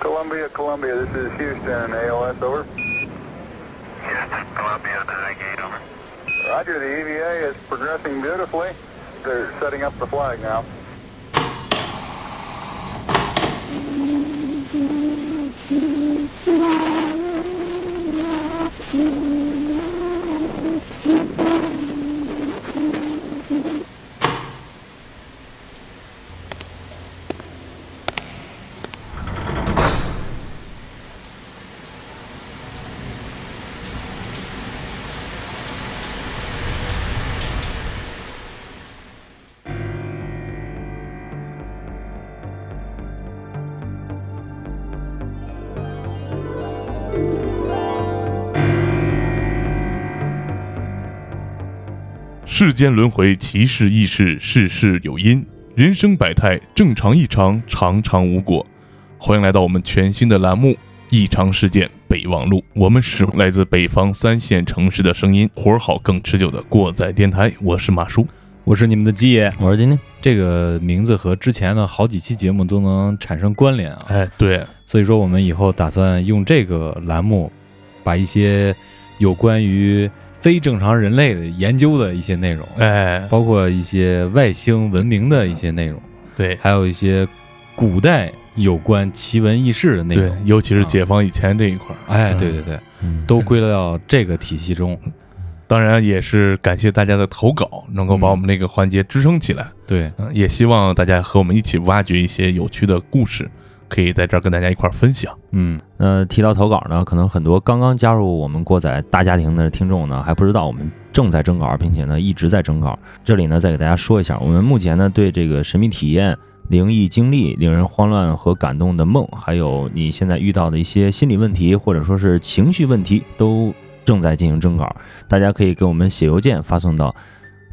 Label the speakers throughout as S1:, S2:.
S1: Columbia, Columbia, this is Houston, ALS, over.
S2: Houston, Columbia, navigate, over.
S1: Roger, the EVA is progressing beautifully. They're setting up the flag now.
S3: 世间轮回，其事亦是，事事有因。人生百态，正常异常，常常无果。欢迎来到我们全新的栏目《异常事件备忘录》，我们是来自北方三线城市的声音，活儿好更持久的过载电台。我是马叔，
S4: 我是你们的鸡爷。
S5: 我说今天，
S4: 这个名字和之前的好几期节目都能产生关联啊，
S3: 哎，对，
S4: 所以说我们以后打算用这个栏目，把一些有关于非正常人类的研究的一些内容，
S3: 哎，
S4: 包括一些外星文明的一些内容，
S3: 对，
S4: 还有一些古代有关奇闻异事的内
S3: 对
S4: 容，。
S3: 尤其是解放以前这一块儿，
S4: 哎，
S3: 嗯
S4: 对对对，
S5: 嗯，
S4: 都归类到这个体系中。
S3: 当然也是感谢大家的投稿，能够把我们这个环节支撑起来。
S4: 对，
S3: 嗯，也希望大家和我们一起挖掘一些有趣的故事，可以在这儿跟大家一块儿分享。
S4: 嗯，
S5: 呃，提到投稿呢，可能很多刚刚加入我们过载大家庭的听众呢，还不知道我们正在征稿，并且呢一直在征稿。这里呢，再给大家说一下，我们目前呢对这个神秘体验、灵异经历、令人慌乱和感动的梦，还有你现在遇到的一些心理问题或者说是情绪问题，都正在进行征稿。大家可以给我们写邮件发送到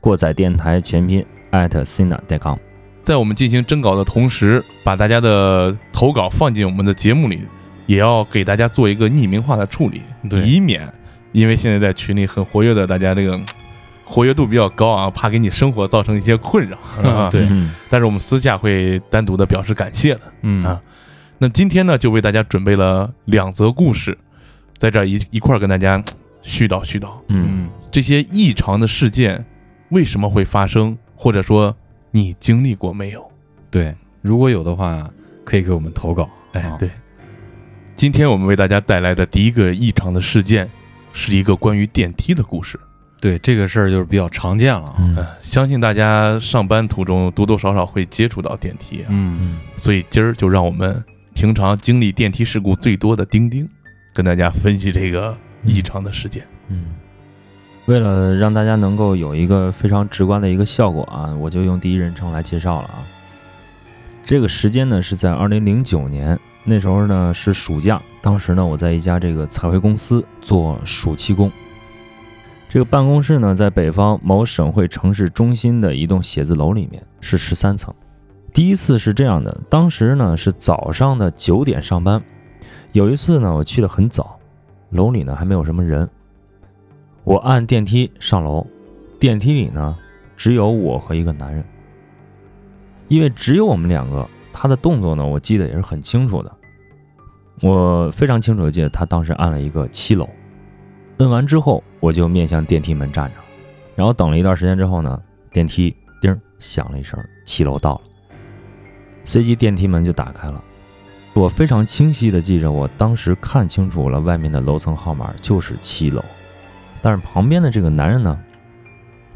S5: 过载电台全拼 at sina.com。
S3: 在我们进行征稿的同时，把大家的投稿放进我们的节目里，也要给大家做一个匿名化的处理，
S4: 对
S3: 以免因为现在在群里很活跃的大家这个嗯活跃度比较高啊，怕给你生活造成一些困扰。 啊
S4: 对
S5: 嗯
S3: 但是我们私下会单独的表示感谢的。
S4: 嗯
S3: 啊，那今天呢，就为大家准备了两则故事，在这儿一一块儿跟大家嗯絮叨絮叨
S5: 嗯
S4: 嗯，
S3: 这些异常的事件为什么会发生，或者说你经历过没有？
S4: 对，如果有的话，可以给我们投稿。
S3: 哎
S4: 啊，
S3: 对，今天我们为大家带来的第一个异常的事件，是一个关于电梯的故事。
S4: 对，这个事儿就是比较常见了啊。
S5: 嗯
S3: 嗯，相信大家上班途中多多少少会接触到电梯啊，
S4: 嗯，
S5: 嗯，
S3: 所以今儿就让我们平常经历电梯事故最多的钉钉，跟大家分析这个异常的事件。
S5: 嗯，为了让大家能够有一个非常直观的一个效果啊，我就用第一人称来介绍了啊。这个时间呢是在二零零九年，那时候呢是暑假，当时呢我在一家这个彩绘公司做暑期工。这个办公室呢在北方某省会城市中心的一栋写字楼里面，是十三层。第一次是这样的，当时呢是早上的九点上班，有一次呢我去的很早，楼里呢还没有什么人，我按电梯上楼，电梯里呢只有我和一个男人，因为只有我们两个，他的动作呢我记得也是很清楚的，我非常清楚的记得他当时按了一个七楼，摁完之后我就面向电梯门站着，然后等了一段时间之后呢，电梯叮儿响了一声，七楼到了，随即电梯门就打开了。我非常清晰的记着，我当时看清楚了外面的楼层号码就是七楼，但是旁边的这个男人呢，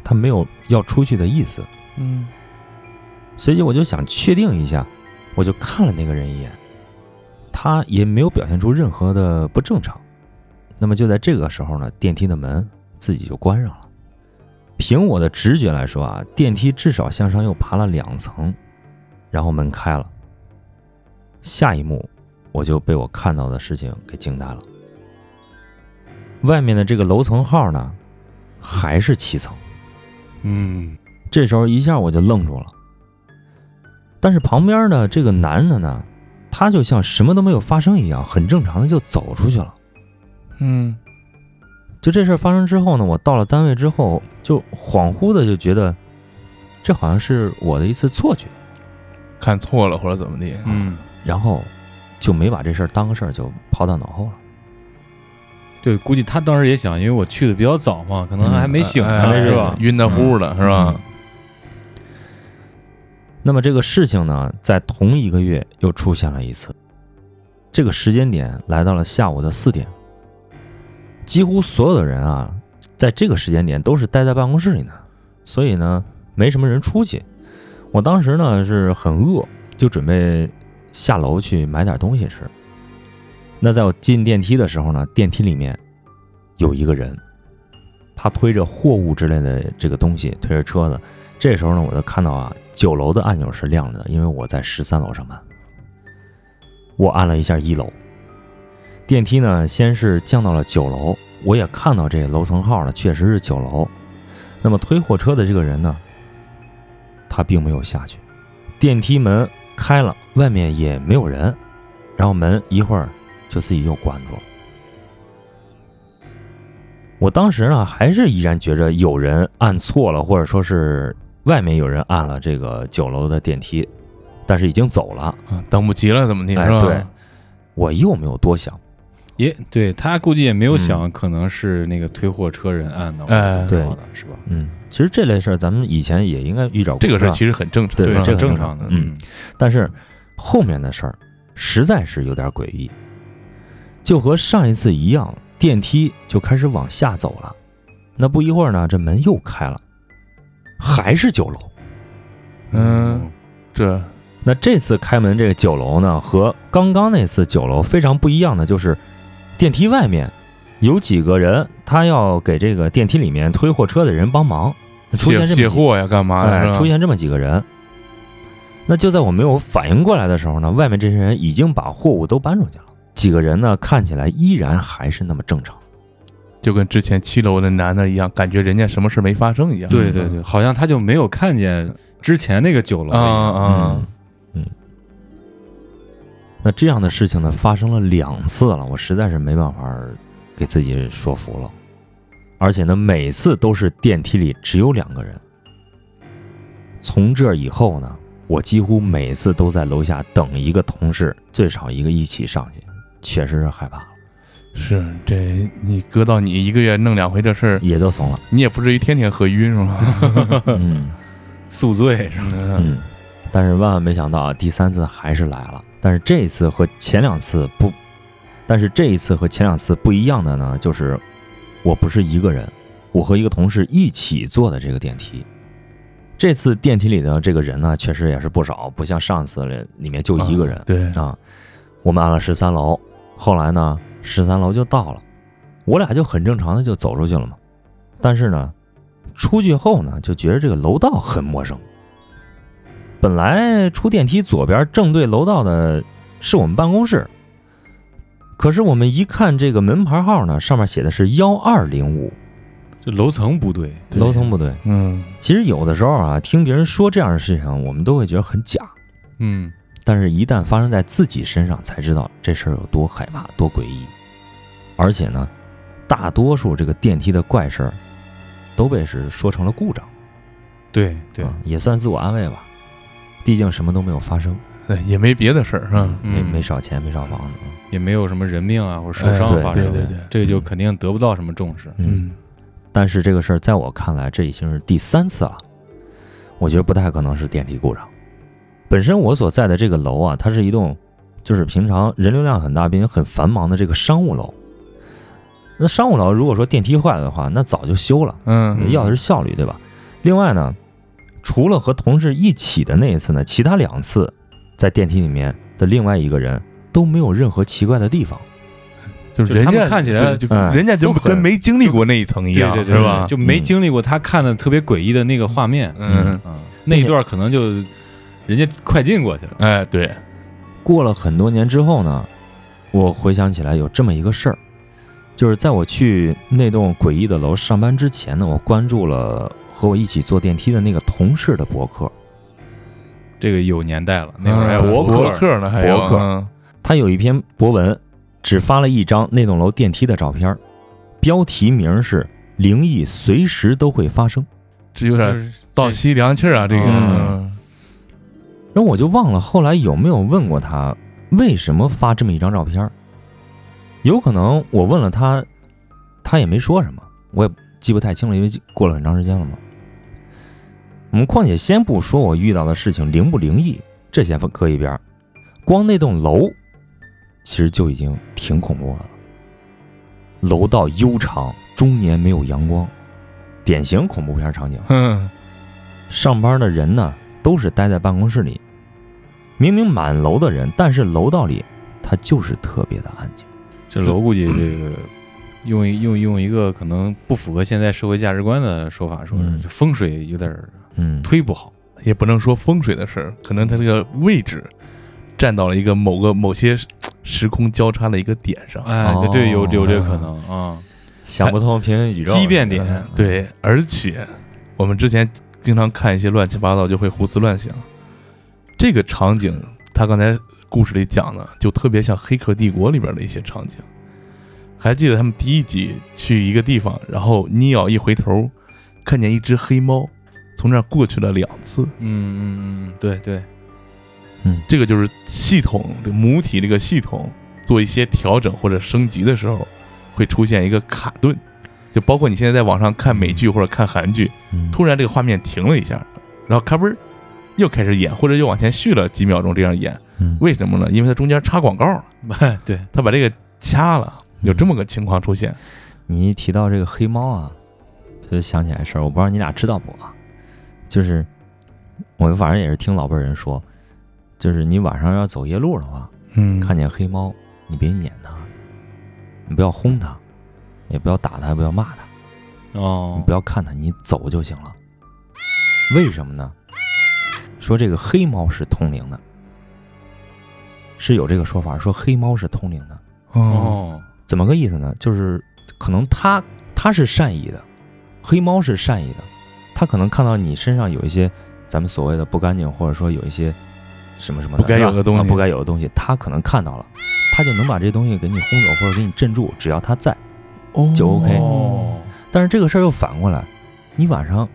S5: 他没有要出去的意思。
S3: 嗯
S5: 随即我就想确定一下，我就看了那个人一眼，他也没有表现出任何的不正常。那么就在这个时候呢，电梯的门自己就关上了。凭我的直觉来说啊，电梯至少向上又爬了两层，然后门开了。下一幕，我就被我看到的事情给惊呆了。外面的这个楼层号呢，还是七层。
S4: 嗯
S5: 这时候一下我就愣住了。但是旁边的这个男的呢，他就像什么都没有发生一样，很正常的就走出去了。
S3: 嗯
S5: 就这事儿发生之后呢，我到了单位之后，就恍惚的就觉得，这好像是我的一次错觉。
S3: 看错了或者怎么的，
S4: 嗯
S5: 然后就没把这事儿当个事儿，就抛到脑后了。
S4: 对，估计他当时也想，因为我去的比较早嘛，可能还
S3: 嗯
S4: 没醒呢，
S5: 哎
S4: 是吧？
S3: 呃晕的乎
S5: 嗯
S3: 的是吧？
S5: 那么这个事情呢，在同一个月又出现了一次，这个时间点来到了下午的四点，几乎所有的人啊，在这个时间点都是待在办公室里呢，所以呢，没什么人出去。我当时呢是很饿，就准备下楼去买点东西吃。那在我进电梯的时候呢，电梯里面有一个人，他推着货物之类的这个东西，推着车子，这时候呢，我就看到啊，九楼的按钮是亮着的，因为我在十三楼上班。我按了一下一楼，电梯呢先是降到了九楼，我也看到这楼层号了，确实是九楼。那么推货车的这个人呢，他并没有下去，电梯门开了，外面也没有人，然后门一会儿就自己又关住了。我当时呢，还是依然觉着有人按错了，或者说是外面有人按了这个九楼的电梯，但是已经走了。
S3: 啊等不及了怎么地是
S5: 嗯哎，
S3: 吧？
S5: 对，我又没有多想。
S4: 也对他估计也没有想，可能是那个推货车人按的，或者怎么着的，是吧？
S5: 嗯，其实这类事儿咱们以前也应该遇着过，
S3: 这个事
S5: 是
S3: 儿
S5: 吧
S3: 其实很正常，
S5: 对
S3: 是吧
S5: 这
S4: 很
S5: 个
S4: 正常的，
S5: 嗯，但是后面的事儿实在是有点诡异，就和上一次一样，电梯就开始往下走了。那不一会儿呢，这门又开了，还是九楼。
S3: 嗯，这
S5: 那这次开门这个九楼呢，和刚刚那次九楼非常不一样的就是，电梯外面有几个人，他要给这个电梯里面推货车的人帮忙，出
S3: 卸
S5: 现这么
S3: 卸
S5: 几
S3: 货啊呀，干嘛
S5: 哎
S3: 呀？，
S5: 出现这么几个人。那就在我没有反应过来的时候呢，外面这些人已经把货物都搬出去了。几个人呢，看起来依然还是那么正常。
S3: 就跟之前七楼的男的一样，感觉人家什么事没发生一样。
S4: 对对对，好像他就没有看见之前那个酒楼
S3: 啊啊，
S5: 嗯，那这样的事情呢，发生了两次了，我实在是没办法给自己说服了。而且呢，每次都是电梯里只有两个人。从这以后呢，我几乎每次都在楼下等一个同事，最少一个一起上去，确实是害怕了，
S3: 是这你搁到你一个月弄两回这事儿，
S5: 也都怂了。
S3: 你也不至于天天喝晕是 吧？
S5: 嗯。
S4: 宿醉是吧？
S3: 嗯
S5: 嗯，但是万万没想到啊，第三次还是来了。但是这一次和前两次不，但是这一次和前两次不一样的呢，就是我不是一个人，我和一个同事一起坐的这个电梯。这次电梯里的这个人呢，确实也是不少，不像上次里里面就一个人
S3: 啊对，
S5: 啊。我们按了十三楼，后来呢，十三楼就到了，我俩就很正常的就走出去了嘛。但是呢，出去后呢，就觉得这个楼道很陌生。本来出电梯左边正对楼道的是我们办公室，可是我们一看这个门牌号呢，上面写的是幺二零五，
S4: 这楼层不对，
S3: 对
S5: 楼层不对。
S3: 嗯，
S5: 其实有的时候啊，听别人说这样的事情，我们都会觉得很假，
S4: 嗯，
S5: 但是一旦发生在自己身上，才知道这事儿有多害怕、多诡异。而且呢，大多数这个电梯的怪事儿都被是说成了故障，
S4: 对对
S5: 啊，也算自我安慰吧。毕竟什么都没有发生，
S3: 对，哎也没别的事儿是吧？
S5: 没
S4: 嗯
S5: 没少钱，没少房子。啊
S4: 也没有什么人命啊或者受伤
S5: 哎对
S4: 发
S3: 对
S4: 生，
S3: 对嗯对，
S4: 这就肯定得不到什么重视。
S3: 嗯，
S5: 但是这个事儿在我看来，这已经是第三次了，我觉得不太可能是电梯故障。本身我所在的这个楼啊，它是一栋就是平常人流量很大并且很繁忙的这个商务楼。那商务楼如果说电梯坏了的话，那早就修了，
S3: 嗯，
S5: 要的是效率，对吧？另外呢，除了和同事一起的那一次呢，其他两次在电梯里面的另外一个人都没有任何奇怪的地方。
S3: 就是
S4: 就
S3: 人
S4: 他
S3: 家
S4: 们看起来
S3: 就就
S5: 哎
S3: 人家就
S4: 都很
S3: 跟没经历过那一层一样，
S4: 对对对
S3: 是吧？
S4: 就没
S5: 嗯
S4: 经历过他看的特别诡异的那个画面，
S3: 嗯，
S4: 啊，那一段可能就人家快进过去了。
S3: 哎，对，
S5: 过了很多年之后呢，我回想起来有这么一个事儿，就是在我去那栋诡异的楼上班之前呢，我关注了和我一起坐电梯的那个同事的博客。
S4: 这个有年代了，那会儿还有
S3: 嗯博
S4: 博客，
S3: 客呢，还有
S5: 博客
S3: 嗯
S5: 他有一篇博文，只发了一张那栋楼电梯的照片儿，标题名是“灵异随时都会发生
S3: 这有点
S4: 就是
S3: 倒吸凉气儿啊，这个
S5: 嗯”，然后我就忘了后来有没有问过他为什么发这么一张照片儿？有可能我问了他，他也没说什么，我也记不太清了，因为过了很长时间了嘛。我们况且先不说我遇到的事情灵不灵异，这先搁一边儿，光那栋楼其实就已经挺恐怖了。楼道悠长，终年没有阳光，典型恐怖片场景。
S3: 嗯哼，
S5: 上班的人呢，都是待在办公室里。明明满楼的人，但是楼道里它就是特别的安静。
S4: 这楼估计这个用一用用一个可能不符合现在社会价值观的说法，说
S5: 嗯
S4: 是这风水有点儿
S5: 嗯，
S4: 忒不好。
S3: 也不能说风水的事儿，可能它这个位置站到了一个某个某些时空交叉的一个点上。
S4: 哎，
S5: 哦
S4: 对，有有这个可能
S3: 哦
S4: 啊。
S5: 想不通平行宇宙
S4: 畸变点
S5: 嗯
S3: 对，而且我们之前经常看一些乱七八糟，就会胡思乱想。这个场景，他刚才故事里讲的，就特别像《黑客帝国》里边的一些场景。还记得他们第一集去一个地方，然后尼奥一回头，看见一只黑猫从那儿过去了两次。
S4: 嗯嗯嗯，对对，
S3: 这个就是系统这母体这个系统做一些调整或者升级的时候，会出现一个卡顿，就包括你现在在网上看美剧或者看韩剧，
S5: 嗯
S3: 突然这个画面停了一下，然后咔嘣儿又开始演，或者又往前续了几秒钟这样演，
S5: 嗯
S3: 为什么呢？因为它中间插广告了，
S4: 哎对，
S3: 它把这个掐了，有这么个情况出现。
S5: 你一提到这个黑猫啊，我就想起来事儿，我不知道你俩知道不啊？就是我反正也是听老辈儿人说，就是你晚上要走夜路的话，
S3: 嗯
S5: 看见黑猫，你别撵它，你不要轰它，也不要打它，也不要骂它。你
S4: 哦
S5: 不，要看它，你走就行了。为什么呢？说这个黑猫是通灵的，是有这个说法，说黑猫是通灵的。
S3: 哦，
S4: 哦，
S5: 怎么个意思呢？就是可能它它是善意的，黑猫是善意的，它可能看到你身上有一些咱们所谓的不干净，或者说有一些什么什么的
S3: 不该有的
S5: 是吧
S3: 东西
S5: 啊不该有的东西，它可能看到了，它就能把这东西给你轰走或者给你镇住，只要它在。就 OK
S4: 哦，
S5: 但是这个事儿又反过来，你晚上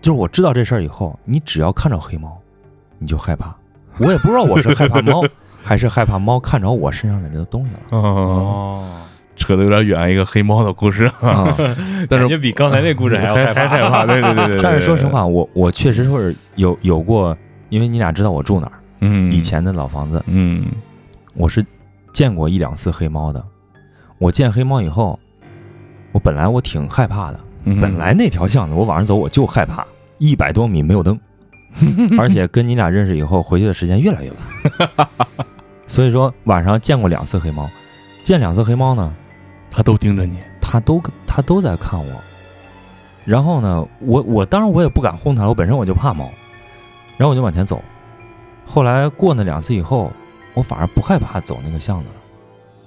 S5: 就是我知道这事儿以后，你只要看着黑猫，你就害怕。我也不知道我是害怕 猫，还是害怕猫看着我身上的这个东西了。
S3: 哦，
S4: 哦，
S3: 扯得有点远，一个黑猫的故事，
S5: 啊、
S3: 但是
S4: 感觉比刚才那故事还要
S3: 还还害
S4: 害
S3: 怕，对对对对对。对
S5: 但是说实，话，我我确实是有有过，因为你俩知道我住哪儿，
S3: 嗯，
S5: 以，前的老房子，
S3: 嗯，
S5: 我是见过一两次黑猫的。我见黑猫以后，我本来我挺害怕的，
S3: 嗯
S5: 本来那条巷子我晚上走我就害怕，一百多米没有灯，而且跟你俩认识以后回去的时间越来越晚，所以说晚上见过两次黑猫，见两次黑猫呢，
S3: 他都盯着你，
S5: 它都它都在看我，然后呢，我我当然我也不敢轰它，我本身我就怕猫，然后我就往前走，后来过那两次以后，我反而不害怕走那个巷子了，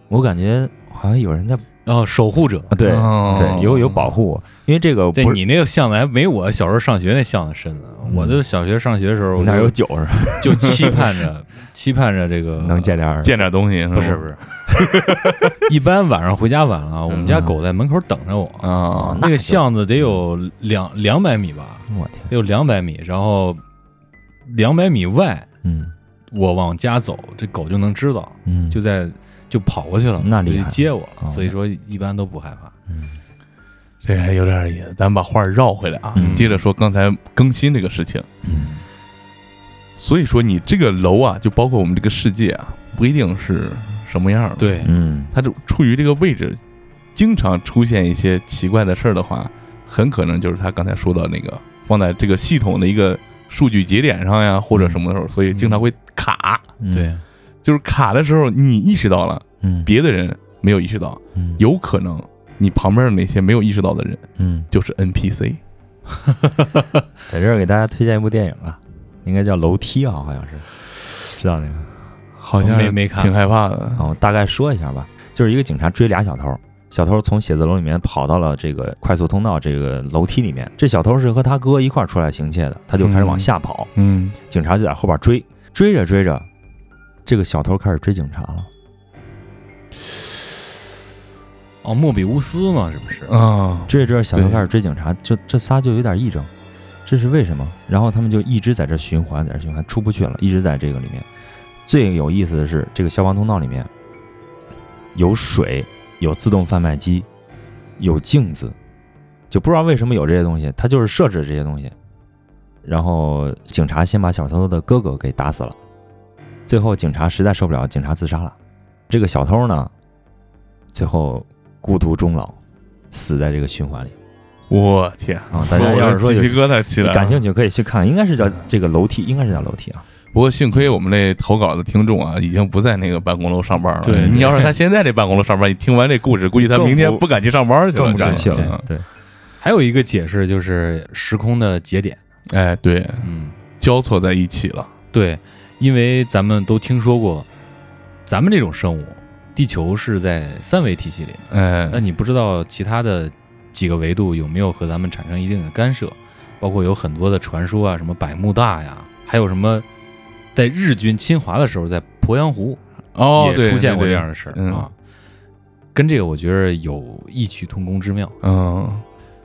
S5: 我感觉好像有人在
S4: 然后守护者，
S5: 啊对。
S3: 哦
S5: 对，有有保护我，因为这个
S4: 对
S5: 不是
S4: 你那个巷子还没我小时候上学那巷子深呢。
S5: 嗯
S4: 我就小学上学的时候，我
S5: 哪
S4: 就
S5: 有酒是吧？
S4: 就期盼 着期盼着这个
S5: 能见点儿
S3: 见点东西，
S4: 不是不
S3: 哦是
S4: 是， 一般晚上回家晚
S5: 嗯
S4: 了，我们家狗在门口等着我。
S3: 吧啊，
S4: 那
S5: 那就
S4: 个巷子得有
S5: 嗯
S4: 两两百米吧，
S5: 我天，
S4: 得有两百米，然后两百米外
S5: 嗯
S4: 我往家走，这狗就能知道，
S5: 嗯，
S4: 就在就跑过去了，
S5: 那
S4: 就
S5: 厉害
S4: 去接我
S5: 哦
S4: 了。所以说一般都不害怕。
S5: 嗯
S3: 这还有点意思，咱们把话儿绕回来啊，
S5: 嗯
S3: 接着说刚才更新这个事情。
S5: 嗯
S3: 所以说，你这个楼啊，就包括我们这个世界啊，不一定是什么样的。，
S4: 对，
S5: 嗯
S3: 它就处于这个位置，经常出现一些奇怪的事儿的话，很可能就是他刚才说到那个放在这个系统的一个数据节点上呀，或者什么的时候，所以经常会卡。
S5: 嗯
S4: 对，
S3: 就是卡的时候，你意识到了，
S5: 嗯
S3: 别的人没有意识到，
S5: 嗯
S3: 有可能你旁边的那些没有意识到的人
S5: 嗯，
S3: 就是 NPC。
S5: 在这儿给大家推荐一部电影吧，应该叫《楼梯》啊，好像是，知道那个。
S3: 好像
S4: 没没看
S3: 挺害怕的。
S5: 啊，我大概说一下吧，就是一个警察追俩小偷，小偷从写字楼里面跑到了这个快速通道这个楼梯里面，这小偷是和他哥一块儿出来行窃的，他就开始往下跑，
S3: 嗯，
S5: 警察就在后边追，追着追着，这个小偷开始追警察了。
S4: 哦，莫比乌斯嘛，是不是？
S3: 啊，
S5: 追着追着，小偷
S3: 对
S5: 开始追警察，这这仨就有点癔症，这是为什么？然后他们就一直在这循环，在这循环，出不去了，一直在这个里面。最有意思的是，这个消防通道里面有水，有自动贩卖机，有镜子，就不知道为什么有这些东西，他就是设置这些东西。然后警察先把小偷的哥哥给打死了，最后警察实在受不了，警察自杀了。这个小偷呢，最后孤独终老，死在这个循环里
S3: 我天，
S5: 啊！大家
S3: 我
S5: 要
S3: 的
S5: 是说
S3: 鸡
S5: 有
S3: 皮疙瘩起来了，
S5: 感兴趣可以去看，应该是叫这个楼梯，应该是叫楼梯啊。
S3: 不过幸亏我们这投稿的听众啊，已经不在那个办公楼上班了。
S4: 对对
S3: 你要是他现在这办公楼上班，你听完这故事，估计他
S5: 更不
S3: 明天不敢去上班去了，
S5: 更不
S3: 这
S5: 敢
S3: 样
S5: 去
S3: 子
S5: 了
S3: 啊。。
S5: 对，
S4: 还有一个解释就是时空的节点，
S3: 哎，对，
S4: 嗯，
S3: 交错在一起了。
S4: 对，因为咱们都听说过，咱们这种生物，地球是在三维体系里，
S3: 哎，
S4: 但你不知道其他的几个维度有没有和咱们产生一定的干涉，包括有很多的传说啊，什么百慕大呀，还有什么在日军侵华的时候，在鄱阳湖
S3: 哦，
S4: 也
S3: 对，
S4: 出现过
S3: 对
S4: 这样的事儿、
S3: 嗯
S4: 啊，跟这个我觉得有异曲同工之妙。
S3: 嗯，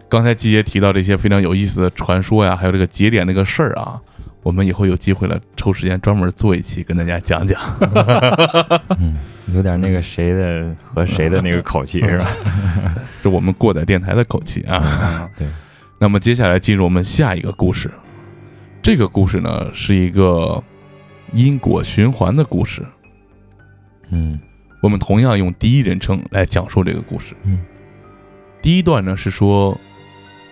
S3: 刚才季爷提到这些非常有意思的传说呀，还有这个节点那个事儿啊，我们以后有机会了，抽时间专门做一期跟大家讲讲。
S5: 嗯，有点那个谁的和谁的那个口气是吧？
S3: 这我们过载电台的口气啊。
S5: 对。
S3: 那么接下来进入我们下一个故事，这个故事呢是一个因果循环的故事。
S5: 嗯
S3: 我们同样用第一人称来讲述这个故事。
S5: 嗯，
S3: 第一段呢是说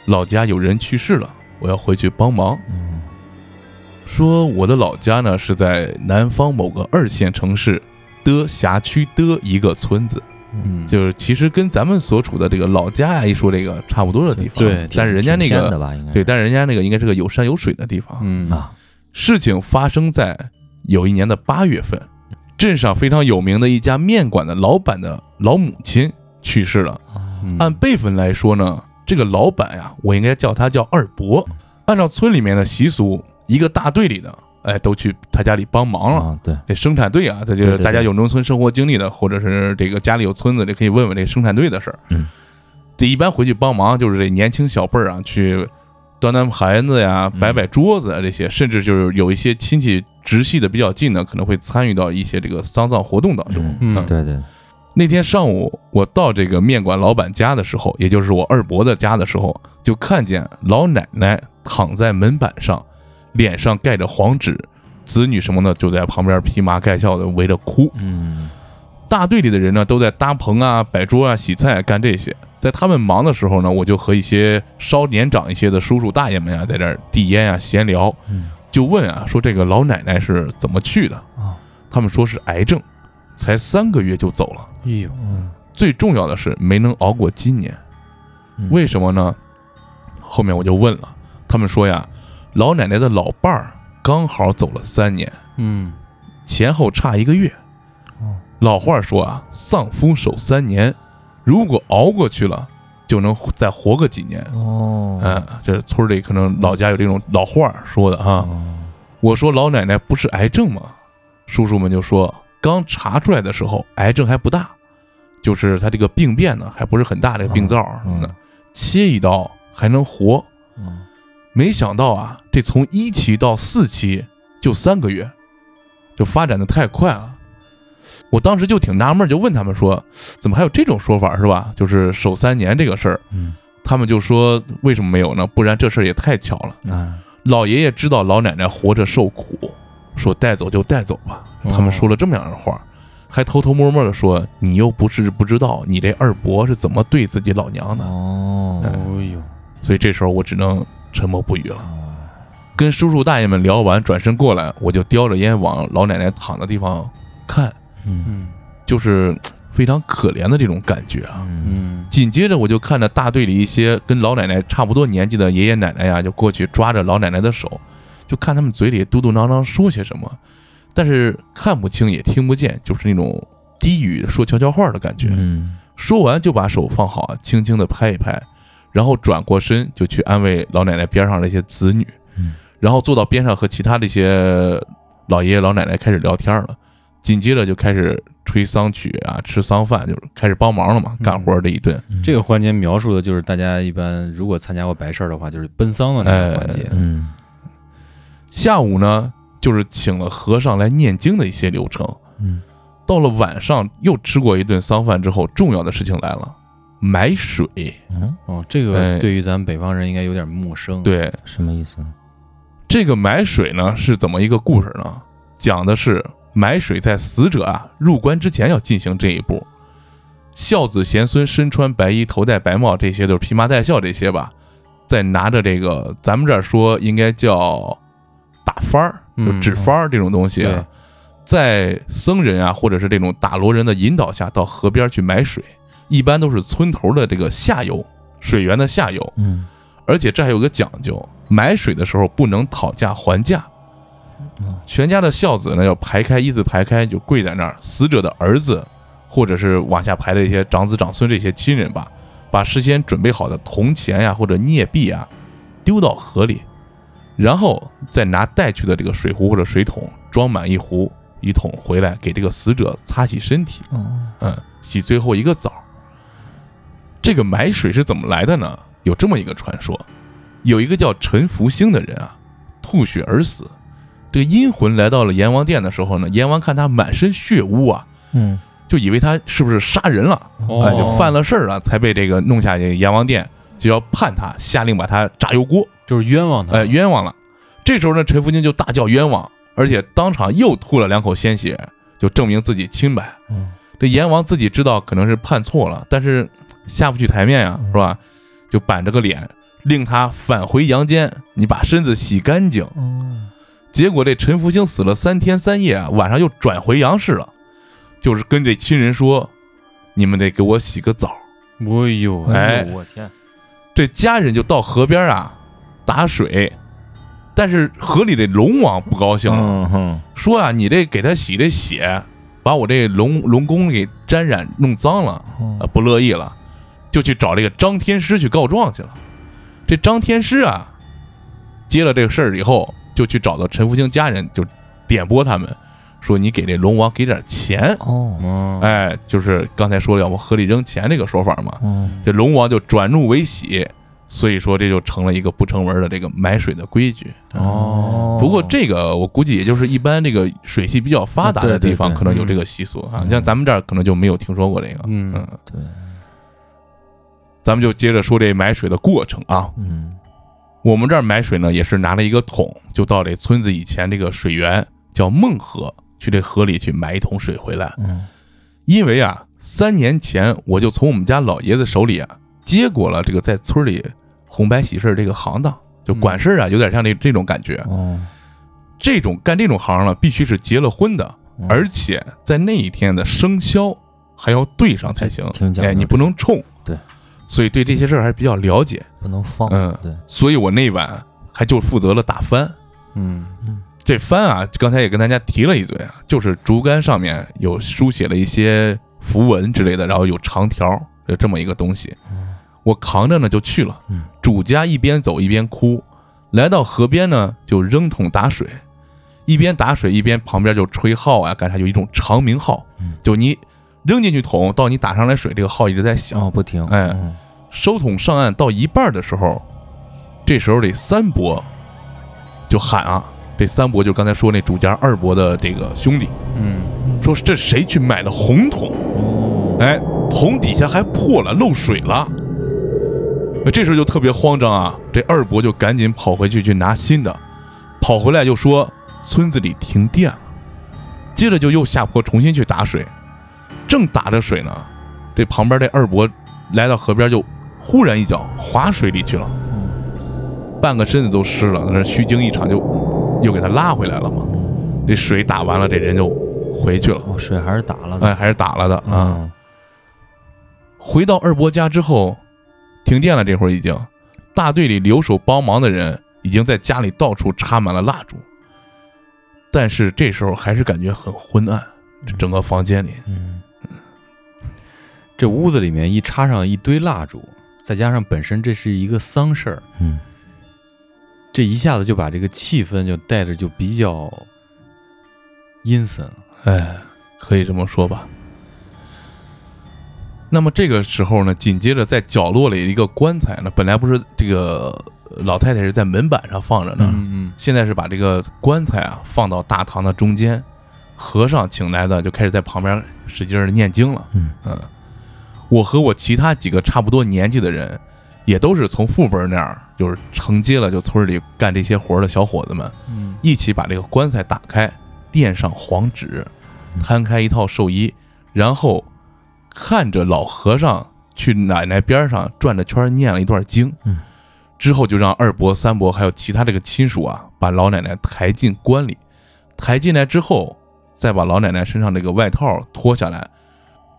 S3: 老家有人去世了，我要回去帮忙。
S5: 嗯
S3: 说我的老家呢是在南方某个二线城市的辖区的一个村子，
S4: 嗯，
S3: 就是其实跟咱们所处的这个老家呀一说这个差不多的地方。
S4: 对
S3: 但是人家那
S5: 挺偏的
S3: 个
S5: 吧，应该
S3: 对，但是人家那个应该是个有山有水的地方。
S4: 嗯
S5: 啊，
S3: 事情发生在有一年的八月份，镇上非常有名的一家面馆的老板的老母亲去世了。
S4: 嗯
S3: 按辈分来说呢，这个老板呀、我应该叫他叫二伯。按照村里面的习俗，一个大队里的，哎，都去他家里帮忙了。
S5: 啊，对，
S3: 这生产队啊，这就
S5: 对
S3: 是
S5: 对对
S3: 大家有农村生活经历的，或者是这个家里有村子的，可以问问这生产队的事儿。
S5: 嗯，
S3: 这一般回去帮忙就是这年轻小辈儿啊，去端端盘子呀、
S5: 嗯
S3: 摆摆桌子啊这些，甚至就是有一些亲戚直系的比较近的，可能会参与到一些这个丧葬活动当中。
S4: 嗯
S5: 对对，
S3: 那天上午，我到这个面馆老板家的时候，也就是我二伯的家的时候，就看见老奶奶躺在门板上，脸上盖着黄纸，子女什么的就在旁边披麻盖孝的围着哭。
S5: 嗯
S3: 大队里的人呢，都在搭棚啊、摆桌啊、洗菜、啊、干这些。在他们忙的时候呢，我就和一些稍年长一些的叔叔大爷们呀、在这儿递烟啊、闲聊，
S5: 嗯
S3: 就问啊，说这个老奶奶是怎么去的？
S5: 啊，
S3: 他们说是癌症，才三个月就走了。
S4: 哎呦，
S5: 嗯，
S3: 最重要的是没能熬过今年，为什么呢？后面我就问了，他们说呀，老奶奶的老伴儿刚好走了三年，
S4: 嗯
S3: 前后差一个月
S5: 哦。
S3: 老话说啊，丧夫守三年，如果熬过去了，就能再活个几年。
S5: 哦，
S3: 嗯，这是村里可能老家有这种老话儿说的哈。
S5: 哦
S3: 我说老奶奶不是癌症吗？叔叔们就说，刚查出来的时候癌症还不大，就是她这个病变呢还不是很大，这个病灶儿什么的，切一刀还能活。
S5: 啊嗯，
S3: 没想到啊，这从一期到四期就三个月，就发展的太快了。我当时就挺纳闷儿，就问他们说，怎么还有这种说法儿是吧？就是守三年这个事儿。
S5: 嗯
S3: 他们就说为什么没有呢？不然这事儿也太巧了。
S5: 啊，
S3: 老爷爷知道老奶奶活着受苦，说带走就带走吧。他们说了这么样的话，还偷偷摸摸的说你又不是不知道你这二伯是怎么对自己老娘的。
S5: 哦，
S3: 嗯哎
S4: 哦呦，
S3: 所以这时候我只能沉默不语了。
S5: 哦
S3: 跟叔叔大爷们聊完，转身过来，我就叼着烟往老奶奶躺的地方看，
S5: 嗯
S4: 嗯
S3: 就是嘖非常可怜的这种感觉啊。
S5: 嗯
S4: 嗯
S3: 紧接着我就看着大队里一些跟老奶奶差不多年纪的爷爷奶奶呀，就过去抓着老奶奶的手，就看他们嘴里嘟嘟囔囔说些什么，但是看不清也听不见，就是那种低语说悄悄话的感觉。
S5: 嗯
S3: 说完就把手放好啊，轻轻的拍一拍，然后转过身就去安慰老奶奶边上那些子女
S5: 嗯，
S3: 然后坐到边上和其他这些老爷爷老奶奶开始聊天了。紧接着就开始吹丧曲啊，吃丧饭，就是开始帮忙了
S5: 嗯
S3: 嘛，干活这一顿。
S4: 这个环节描述的就是大家一般
S3: 哎
S4: 如果参加过白事儿的话，就是奔丧的那个环节。
S5: 嗯
S3: 下午呢，就是请了和尚来念经的一些流程。
S5: 嗯，
S3: 到了晚上又吃过一顿丧饭之后，重要的事情来了，买水。
S5: 嗯，
S4: 哦，这
S3: 哎
S4: 个对于咱们北方人应该有点陌生。，
S3: 对，
S5: 什么意思？
S3: 这个买水呢是怎么一个故事呢？讲的是买水在死者啊入棺之前要进行这一步。孝子贤孙身穿白衣，头戴白帽，这些都是披麻戴孝这些吧。再拿着这个，咱们这儿说应该叫打幡儿，就
S4: 嗯
S3: 纸幡儿这种东西啊、
S4: 对
S3: 在僧人啊，或者是这种打罗人的引导下，到河边去买水，一般都是村头的这个下游水源的下游。
S5: 嗯，
S3: 而且这还有个讲究，买水的时候不能讨价还价
S5: 嗯。
S3: 全家的孝子呢要排开，一字排开，就跪在那儿。死者的儿子，或者是往下排的一些长子长孙这些亲人吧，把事先准备好的铜钱呀、或者镍币啊，丢到河里，然后再拿带去的这个水壶或者水桶装满一壶一桶回来，给这个死者擦洗身体。
S5: 哦，
S3: 嗯，洗最后一个澡。 这个买水是怎么来的呢？有这么一个传说，有一个叫陈福星的人啊，吐血而死。这个阴魂来到了阎王殿的时候呢，阎王看他满身血污啊，
S5: 嗯，
S3: 就以为他是不是杀人了，
S4: 哦
S3: 哎，就犯了事儿了，才被这个弄下这个阎王殿，就要判他，下令把他炸油锅。
S4: 就是冤枉他。哎
S3: 呃，冤枉了。这时候呢，陈福金就大叫冤枉，而且当场又吐了两口鲜血，就证明自己清白。
S5: 嗯
S3: 这阎王自己知道可能是判错了，但是下不去台面呀、
S5: 嗯
S3: 是吧？就板着个脸，令他返回阳间，你把身子洗干净。
S5: 哦，
S3: 结果这陈福星死了三天三夜啊，晚上又转回阳世了，就是跟这亲人说，你们得给我洗个澡。
S4: 哎呦，
S3: 哎
S4: 我天，
S3: 这家人就到河边啊打水，但是河里的龙王不高兴了，
S5: 嗯
S3: 说啊，你这给他洗这血，把我这龙龙宫给沾染弄脏了，呃，不乐意了，就去找这个张天师去告状去了。这张天师啊，接了这个事儿以后，就去找到陈福清家人，就点拨他们，说你给这龙王给点钱，
S5: 哦，
S4: 哦，
S3: 哎，就是刚才说的要往河里扔钱这个说法嘛。
S5: 嗯，
S3: 这龙王就转怒为喜，所以说这就成了一个不成文的这个买水的规矩。啊
S4: 哦
S3: 嗯不过这个我估计也就是一般这个水系比较发达的地
S5: 啊
S3: 方
S5: 对对对
S3: 可能有这个习俗啊，
S5: 嗯
S3: 像咱们这儿可能就没有听说过这个。
S4: 嗯
S3: 嗯，
S5: 对，
S3: 咱们就接着说这买水的过程啊。
S5: 嗯
S3: 我们这儿买水呢，也是拿了一个桶，就到这村子以前这个水源叫孟河，去这河里去买一桶水回来。
S5: 嗯，
S3: 因为啊，三年前我就从我们家老爷子手里啊接过了这个在村里红白喜事儿这个行当，就管事儿啊，有点像这这种感觉。
S5: 哦，
S3: 这种干这种行了，必须是结了婚的，
S5: 嗯
S3: 而且在那一天的生肖还要对上才行
S5: 挺。讲究
S3: 哎，你不能冲。
S5: 对，
S3: 所以对这些事儿还是比较了解。
S5: 不能放，
S3: 嗯
S5: 对，
S3: 所以我那晚还就负责了打翻。
S4: 嗯，
S3: 这翻啊，刚才也跟大家提了一嘴啊，就是竹竿上面有书写了一些符文之类的，然后有长条，有这么一个东西。我扛着呢就去了
S5: 嗯。
S3: 主家一边走一边哭，来到河边呢就扔桶打水，一边打水一边旁边就吹号啊，干啥？有一种长鸣号
S5: 嗯，
S3: 就你扔进去桶到你打上来水，这个号一直在响
S5: 哦，。不停，
S3: 哎
S5: 嗯
S3: 收桶上岸到一半的时候，这时候这三伯就喊啊，这三伯就刚才说那主家二伯的这个兄弟，
S4: 嗯，
S3: 说这谁去买了红桶？
S5: 哦，
S3: 哎，桶底下还破了，漏水了。那这时候就特别慌张啊，这二伯就赶紧跑回去去拿新的，跑回来就说村子里停电了，接着就又下坡重新去打水，正打着水呢，这旁边这二伯来到河边就忽然一脚滑水里去了，半个身子都湿了，那虚惊一场就又给他拉回来了嘛。这水打完了，这人就回去了，
S5: 哦，水还是打了的，
S3: 哎，还是打了的啊。
S5: 嗯，
S3: 回到二伯家之后，停电了，这会儿已经，大队里留守帮忙的人已经在家里到处插满了蜡烛，但是这时候还是感觉很昏暗，这整个房间里，
S5: 嗯，
S4: 这屋子里面一插上一堆蜡烛，再加上本身这是一个丧事儿，
S5: 嗯，
S4: 这一下子就把这个气氛就带着就比较阴森了。
S3: 哎，可以这么说吧。那么这个时候呢，紧接着在角落里一个棺材呢，本来不是这个老太太是在门板上放着呢，
S4: 嗯
S3: 现在是把这个棺材啊放到大堂的中间，和尚请来的就开始在旁边使劲的念经了。
S5: 嗯
S3: 我和我其他几个差不多年纪的人，也都是从父辈那儿就是承接了就村里干这些活儿的小伙子们，
S4: 嗯
S3: 一起把这个棺材打开，垫上黄纸，
S4: 嗯
S3: 摊开一套寿衣，然后看着老和尚去奶奶边上转着圈儿念了一段经
S5: 嗯，
S3: 之后就让二伯、三伯还有其他这个亲属啊，把老奶奶抬进棺里，抬进来之后，再把老奶奶身上这个外套脱下来，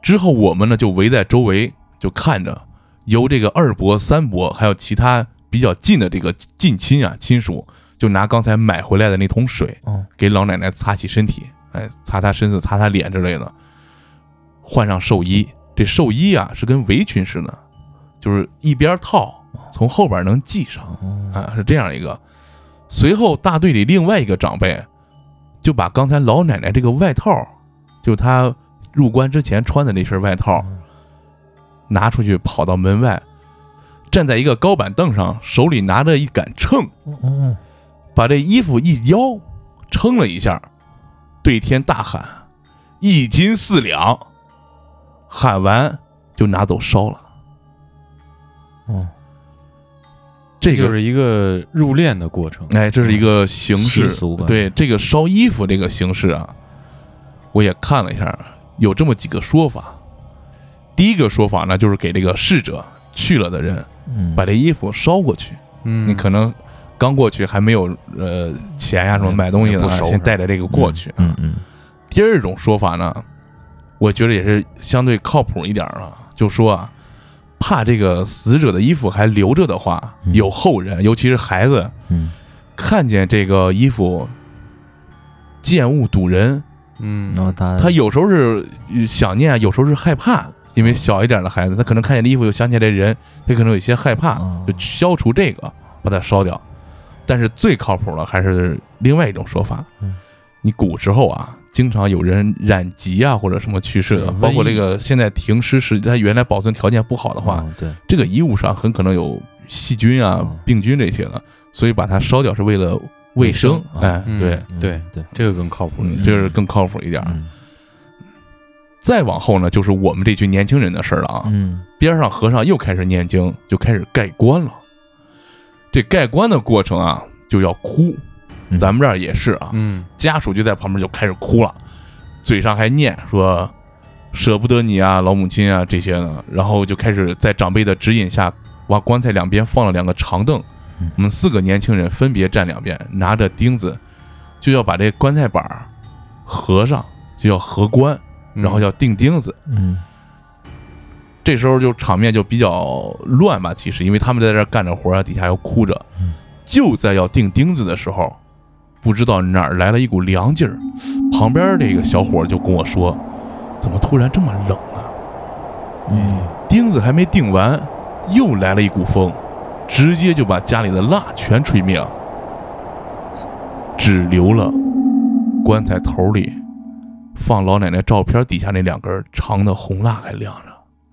S3: 之后我们呢就围在周围就看着，由这个二伯、三伯还有其他比较近的这个近亲啊亲属，就拿刚才买回来的那桶水
S5: 哦，
S3: 给老奶奶擦洗身体，哎，擦擦身子、擦擦脸之类的，换上寿衣。这寿衣啊是跟围裙似的，就是一边套，从后边能系上。
S5: 哦，
S3: 啊，是这样一个。随后，大队里另外一个长辈就把刚才老奶奶这个外套，就她入关之前穿的那身外套，拿出去跑到门外，站在一个高板凳上，手里拿着一杆秤，
S5: 哦，
S3: 把这衣服一腰，撑了一下，对天大喊：“一斤四两！”喊完就拿走烧了。
S5: 哦，
S3: 这个
S4: 就是一个入殓的过程。
S3: 哎，这是一个形式
S5: 嗯习俗吧，
S3: 对这个烧衣服这个形式啊，我也看了一下，有这么几个说法。第一个说法呢，就是给这个逝者去了的人
S5: 嗯，
S3: 把这衣服烧过去。
S4: 嗯，
S3: 你可能刚过去还没有呃钱呀、什么
S4: 也
S3: 买东西
S4: 也
S3: 的
S4: 不
S3: 啊，
S4: 熟
S3: 先带着这个过去。
S5: 嗯嗯，
S3: 第二种说法呢，我觉得也是相对靠谱一点儿啊，就说啊，怕这个死者的衣服还留着的话，
S5: 嗯
S3: 有后人，尤其是孩子，
S5: 嗯
S3: 看见这个衣服见物睹人，
S4: 嗯
S5: 嗯，然后他
S3: 他有时候是呃想念，有时候是害怕，因为小一点的孩子，他可能看见这衣服又想起来人，他可能有些害怕
S5: 哦，
S3: 就消除这个，把它烧掉。但是最靠谱的还是另外一种说法
S5: 嗯，
S3: 你古时候啊，经常有人染疾啊或者什么去世的
S4: 对，
S3: 包括
S4: 瘟疫
S3: 这个现在停尸时，它原来保存条件不好的话，
S5: 哦对，
S3: 这个衣物上很可能有细菌啊
S5: 嗯、
S3: 病菌这些的，所以把它烧掉是为了卫
S5: 卫生
S3: 生。
S5: 啊
S3: 哎，
S4: 嗯
S3: 对，
S5: 嗯
S4: 对
S5: 对，
S4: 这个更靠谱一
S3: 嗯
S4: 点。
S3: 这是更靠谱一点儿。
S5: 嗯
S3: 再往后呢，就是我们这群年轻人的事儿了啊。
S5: 嗯
S3: 边上和尚又开始念经，就开始盖棺了。这盖棺的过程啊，就要哭，
S5: 嗯
S3: 咱们这儿也是啊，
S4: 嗯
S3: 家属就在旁边就开始哭了，嘴上还念说舍不得你啊，老母亲啊这些呢，然后就开始在长辈的指引下，往棺材两边放了两个长凳
S5: 嗯，
S3: 我们四个年轻人分别站两边，拿着钉子，就要把这棺材板儿合上，就要合棺，
S4: 嗯
S3: 然后要钉钉子。
S5: 嗯
S3: 这时候就场面就比较乱吧，其实因为他们在这儿干着活啊，底下又哭着
S5: 嗯。
S3: 就在要钉钉子的时候，不知道哪儿来了一股凉劲儿，旁边这个小伙就跟我说：“怎么突然这么冷啊
S5: 嗯，？”
S3: 钉子还没钉完，又来了一股风，直接就把家里的蜡全吹灭了，只留了棺材头里放老奶奶照片底下那两根长的红蜡还亮着。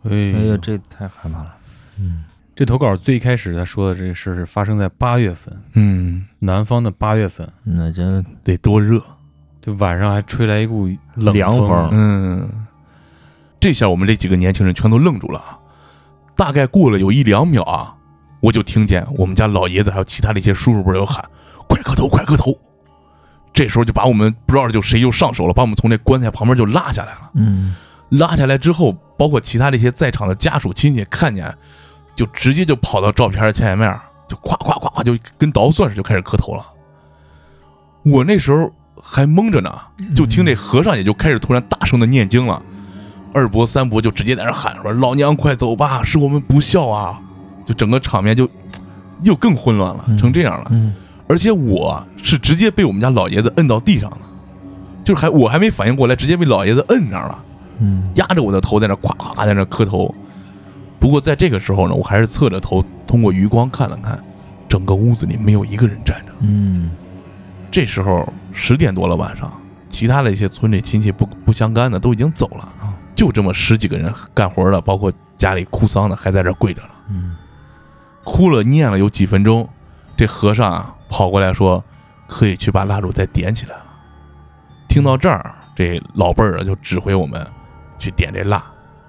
S4: 哎
S5: 哎
S4: 呦
S5: 呀，，这太害怕了，嗯
S4: 这投稿最开始他说的这个事儿是发生在八月份，
S3: 嗯，
S4: 南方的八月份，
S5: 那真
S3: 得多热。
S4: 就晚上还吹来一股冷啊
S5: 凉风
S3: 嗯，这下我们这几个年轻人全都愣住了啊。大概过了有一两秒啊，我就听见我们家老爷子还有其他的一些叔叔伯有喊：“快磕头，快磕头！”这时候就把我们不知道就谁就上手了，把我们从这棺材旁边就拉下来了。
S5: 嗯
S3: 拉下来之后，包括其他这些在场的家属亲戚看见，就直接就跑到照片的前面，就夸夸夸夸就跟捣蒜似的就开始磕头了。我那时候还蒙着呢，
S5: 嗯
S3: 就听这和尚也就开始突然大声的念经了。二伯、三伯就直接在那喊说：“老娘快走吧，是我们不孝啊！”就整个场面就又更混乱了，成这样了。
S5: 嗯
S3: 而且我是直接被我们家老爷子摁到地上了，就是还我还没反应过来，直接被老爷子摁那儿了。
S5: 嗯
S3: 压着我的头在那咵咵咵在那磕头。不过在这个时候呢，我还是侧着头通过余光看了看，整个屋子里没有一个人站着。
S5: 嗯
S3: 这时候十点多了晚上，其他的一些村里亲戚不不相干的都已经走了
S5: 啊，
S3: 就这么十几个人干活的，包括家里哭丧的还在这跪着呢，
S5: 嗯
S3: 哭了念了有几分钟，这和尚啊跑过来说，可以去把蜡烛再点起来了。听到这儿，这老辈儿啊就指挥我们去点这蜡，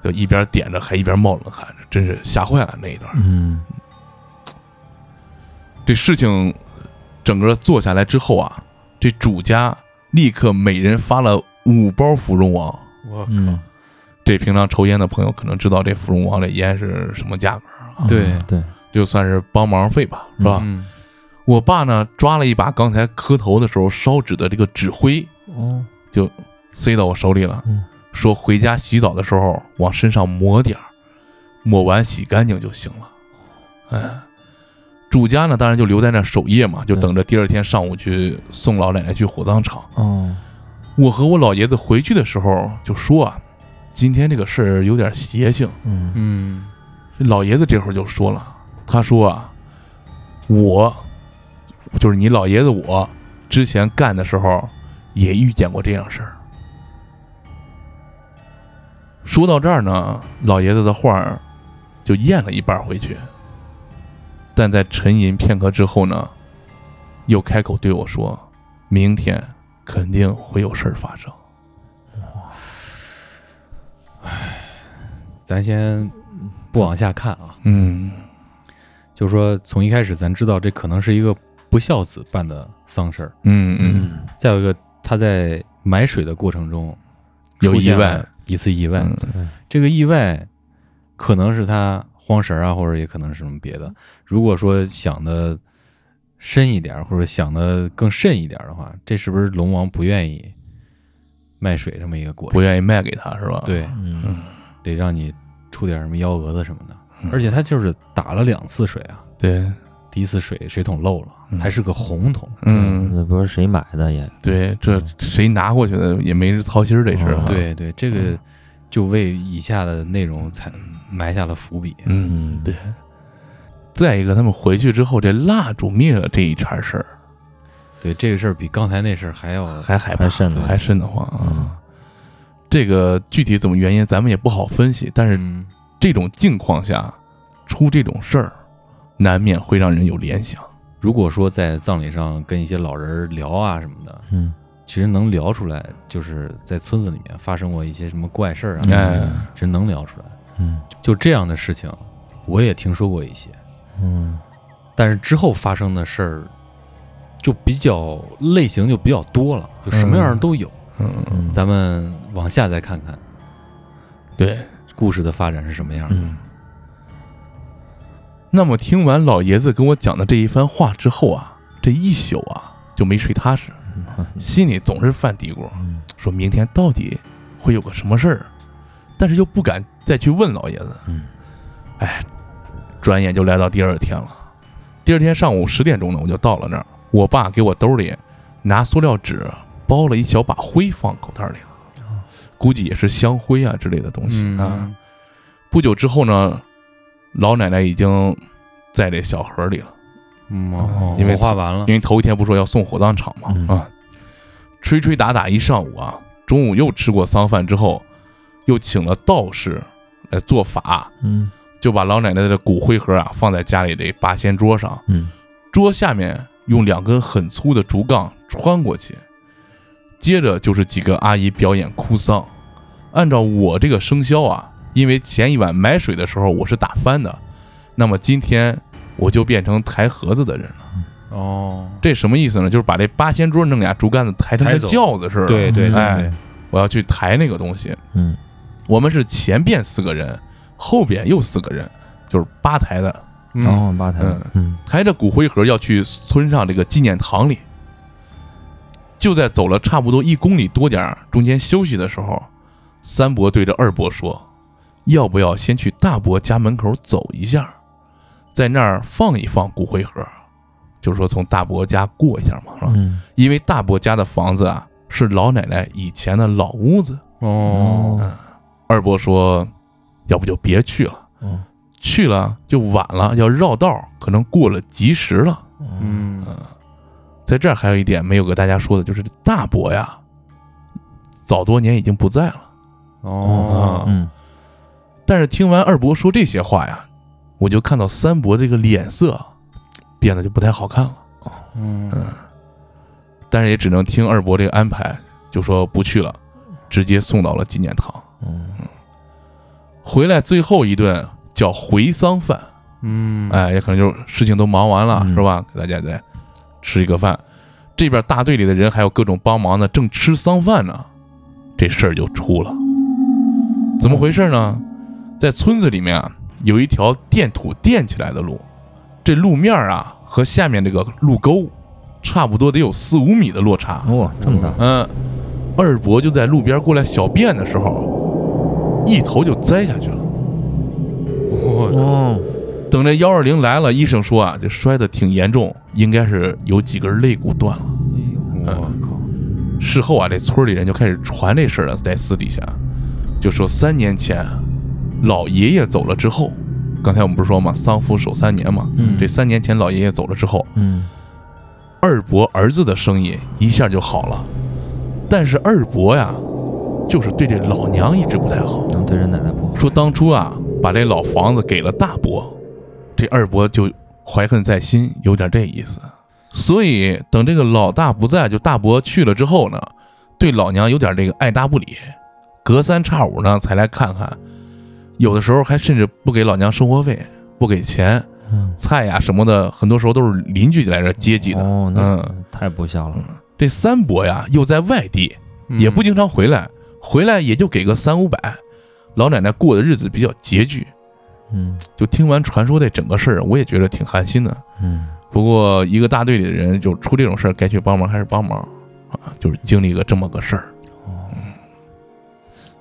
S3: 就一边点着还一边冒冷汗，真是吓坏了那一段。
S5: 嗯
S3: 这事情整个做下来之后啊，这主家立刻每人发了五包芙蓉王。
S4: 我
S5: 嗯，
S3: 这平常抽烟的朋友可能知道这芙蓉王这烟是什么价格，
S4: 对
S5: 嗯对，
S3: 就算是帮忙费吧，是吧？
S4: 嗯，
S3: 我爸呢抓了一把刚才磕头的时候烧纸的这个纸灰，
S5: 哦，
S3: 塞到我手里了
S5: 嗯，
S3: 说回家洗澡的时候往身上抹点儿，抹完洗干净就行了。哎，主家呢当然就留在那儿守夜嘛，就
S5: 对
S3: 等着第二天上午去送老奶奶去火葬场。
S5: 哦，
S3: 我和我老爷子回去的时候就说啊，今天这个事儿有点邪性。
S5: 嗯
S4: 嗯，
S3: 这老爷子这会儿就说了，他说啊，我就是你老爷子我，之前干的时候也遇见过这样事儿。说到这儿呢，老爷子的话儿就咽了一半儿回去，但在沉吟片刻之后呢，又开口对我说：“明天肯定会有事儿发生。
S4: 咱先不往下看啊，”
S3: 嗯，
S4: 就是说从一开始咱知道这可能是一个不孝子办的丧事儿，
S3: 嗯嗯
S5: 嗯
S4: 再有一个他在买水的过程中
S3: 有
S4: 出现
S3: 意外
S4: 了一次意外，
S3: 嗯
S4: 这个意外可能是他慌神儿啊，或者也可能是什么别的。如果说想的深一点儿，或者想的更甚一点儿的话，这是不是龙王不愿意卖水这么一个过
S3: 不
S4: 程？
S3: 愿意卖给他是吧？，
S4: 对，
S5: 嗯
S4: 得让你出点什么幺蛾子什么的。
S3: 嗯
S4: 而且他就是打了两次水啊，
S3: 对，
S4: 第一次水水桶漏了，
S3: 嗯
S4: 还是个红桶。
S3: 嗯，
S5: 那不是谁买的也，
S3: 对，这谁拿过去的也没人操心儿这事儿、啊
S5: 哦
S4: 对对，这个就为以下的内容才埋下了伏笔。
S3: 嗯，
S5: 嗯
S3: 对再一个，他们回去之后，这蜡烛灭了这一茬事儿，
S4: 对，这个事儿比刚才那事儿还要
S3: 还害怕，
S5: 还瘆得慌
S3: 还瘆得慌啊
S5: 嗯！
S3: 这个具体怎么原因，咱们也不好分析。但是
S4: 嗯
S3: 这种境况下出这种事儿，难免会让人有联想。
S4: 如果说在葬礼上跟一些老人儿聊啊什么的，
S5: 嗯
S4: 其实能聊出来，就是在村子里面发生过一些什么怪事儿啊，
S3: 哎，
S4: 其实能聊出来。
S5: 嗯
S4: 就这样的事情，我也听说过一些，
S5: 嗯
S4: 但是之后发生的事儿就比较类型就比较多了，就什么样儿都有。
S3: 嗯，
S5: 嗯，
S4: 咱们往下再看看
S3: 对。
S4: 故事的发展是什么样的。
S5: 嗯
S3: 那么听完老爷子跟我讲的这一番话之后啊，这一宿啊就没睡踏实，心里总是犯嘀咕。
S5: 嗯
S3: 说明天到底会有个什么事儿，但是又不敢再去问老爷子。
S5: 嗯，
S3: 哎，转眼就来到第二天了。第二天上午十点钟呢，我就到了那儿。我爸给我兜里拿塑料纸包了一小把灰，放口袋里了，估计也是香灰啊之类的东西啊。
S4: 嗯，
S3: 不久之后呢，老奶奶已经在这小盒里了。
S4: 嗯，哦，
S3: 因为
S4: 火化完了
S3: 因，为头一天不说要送火葬场嘛，
S5: 嗯
S3: 啊，吹吹打打一上午啊，中午又吃过丧饭之后，又请了道士来做法，
S5: 嗯
S3: 就把老奶奶的骨灰盒啊放在家里这八仙桌上，
S5: 嗯
S3: 桌下面用两根很粗的竹杠穿过去，接着就是几个阿姨表演哭丧。按照我这个生肖啊，因为前一晚买水的时候我是打翻的，那么今天我就变成抬盒子的人了。
S4: 哦，
S3: 这什么意思呢？就是把这八仙桌弄俩竹竿子抬成
S4: 抬
S3: 跟
S4: 走
S3: 轿子似的。
S4: 对对对
S3: 哎
S4: 对，
S3: 我要去抬那个东西。
S5: 嗯
S3: 我们是前边四个人，后边又四个人，就是八抬的，
S4: 嗯
S5: 然后吧台
S3: 嗯，
S5: 嗯
S3: 抬着骨灰盒要去村上这个纪念堂里。就在走了差不多一公里多点儿，中间休息的时候，三伯对着二伯说：“要不要先去大伯家门口走一下，在那儿放一放骨灰盒？就是说从大伯家过一下嘛，是吧？”
S5: 嗯
S3: 因为大伯家的房子啊是老奶奶以前的老屋子。
S4: 哦，
S3: 二伯说，要不就别去了，
S5: 哦
S3: 去了就晚了，要绕道，可能过了吉时了。
S4: 嗯
S3: 在这儿还有一点没有给大家说的，就是大伯呀，早多年已经不在了。啊
S4: 哦，
S5: 嗯
S3: 但是听完二伯说这些话呀，我就看到三伯这个脸色变得就不太好看了。
S4: 嗯
S3: 嗯，但是也只能听二伯这个安排，就说不去了，直接送到了纪念堂。
S5: 嗯，
S3: 回来最后一顿叫回丧饭，
S4: 嗯，
S3: 哎，也可能就是事情都忙完了，
S5: 嗯
S3: 是吧？给大家再吃一个饭。这边大队里的人还有各种帮忙呢，正吃丧饭呢，这事儿就出了。怎么回事呢？在村子里面啊，有一条垫土垫起来的路，这路面啊和下面这个路沟差不多得有四五米的落差。
S5: 哇，哦这么大，
S3: 嗯，二伯就在路边过来小便的时候，一头就栽下去了。
S4: 我
S5: 哦，
S3: 等这幺二零来了，医生说啊，这摔得挺严重，应该是有几根肋骨断了。
S4: 哎
S3: 嗯
S4: 我靠，
S3: 事后啊，这村里人就开始传这事儿了，在私底下就说三年前老爷爷走了之后，刚才我们不是说嘛，丧夫守三年嘛，
S5: 嗯
S3: 这三年前老爷爷走了之后，
S5: 嗯，
S3: 二伯儿子的生意一下就好了，但是二伯呀，就是对这老娘一直不太好。
S5: 能对人奶奶不好，
S3: 说当初啊，把这老房子给了大伯，这二伯就怀恨在心，有点这意思。所以等这个老大不在，就大伯去了之后呢，对老娘有点这个爱搭不理，隔三差五呢才来看看，有的时候还甚至不给老娘生活费，不给钱，
S5: 嗯，
S3: 菜呀、什么的，很多时候都是邻居来这接济的。嗯，
S5: 哦，那太不孝了，
S3: 这三伯呀又在外地，
S4: 嗯
S3: 也不经常回来，回来也就给个三五百，老奶奶过的日子比较拮据。
S5: 嗯
S3: 就听完传说这整个事儿，我也觉得挺寒心的。
S5: 嗯，
S3: 不过一个大队里的人就出这种事儿，该去帮忙还是帮忙啊，就是经历个这么个事儿。
S5: 哦，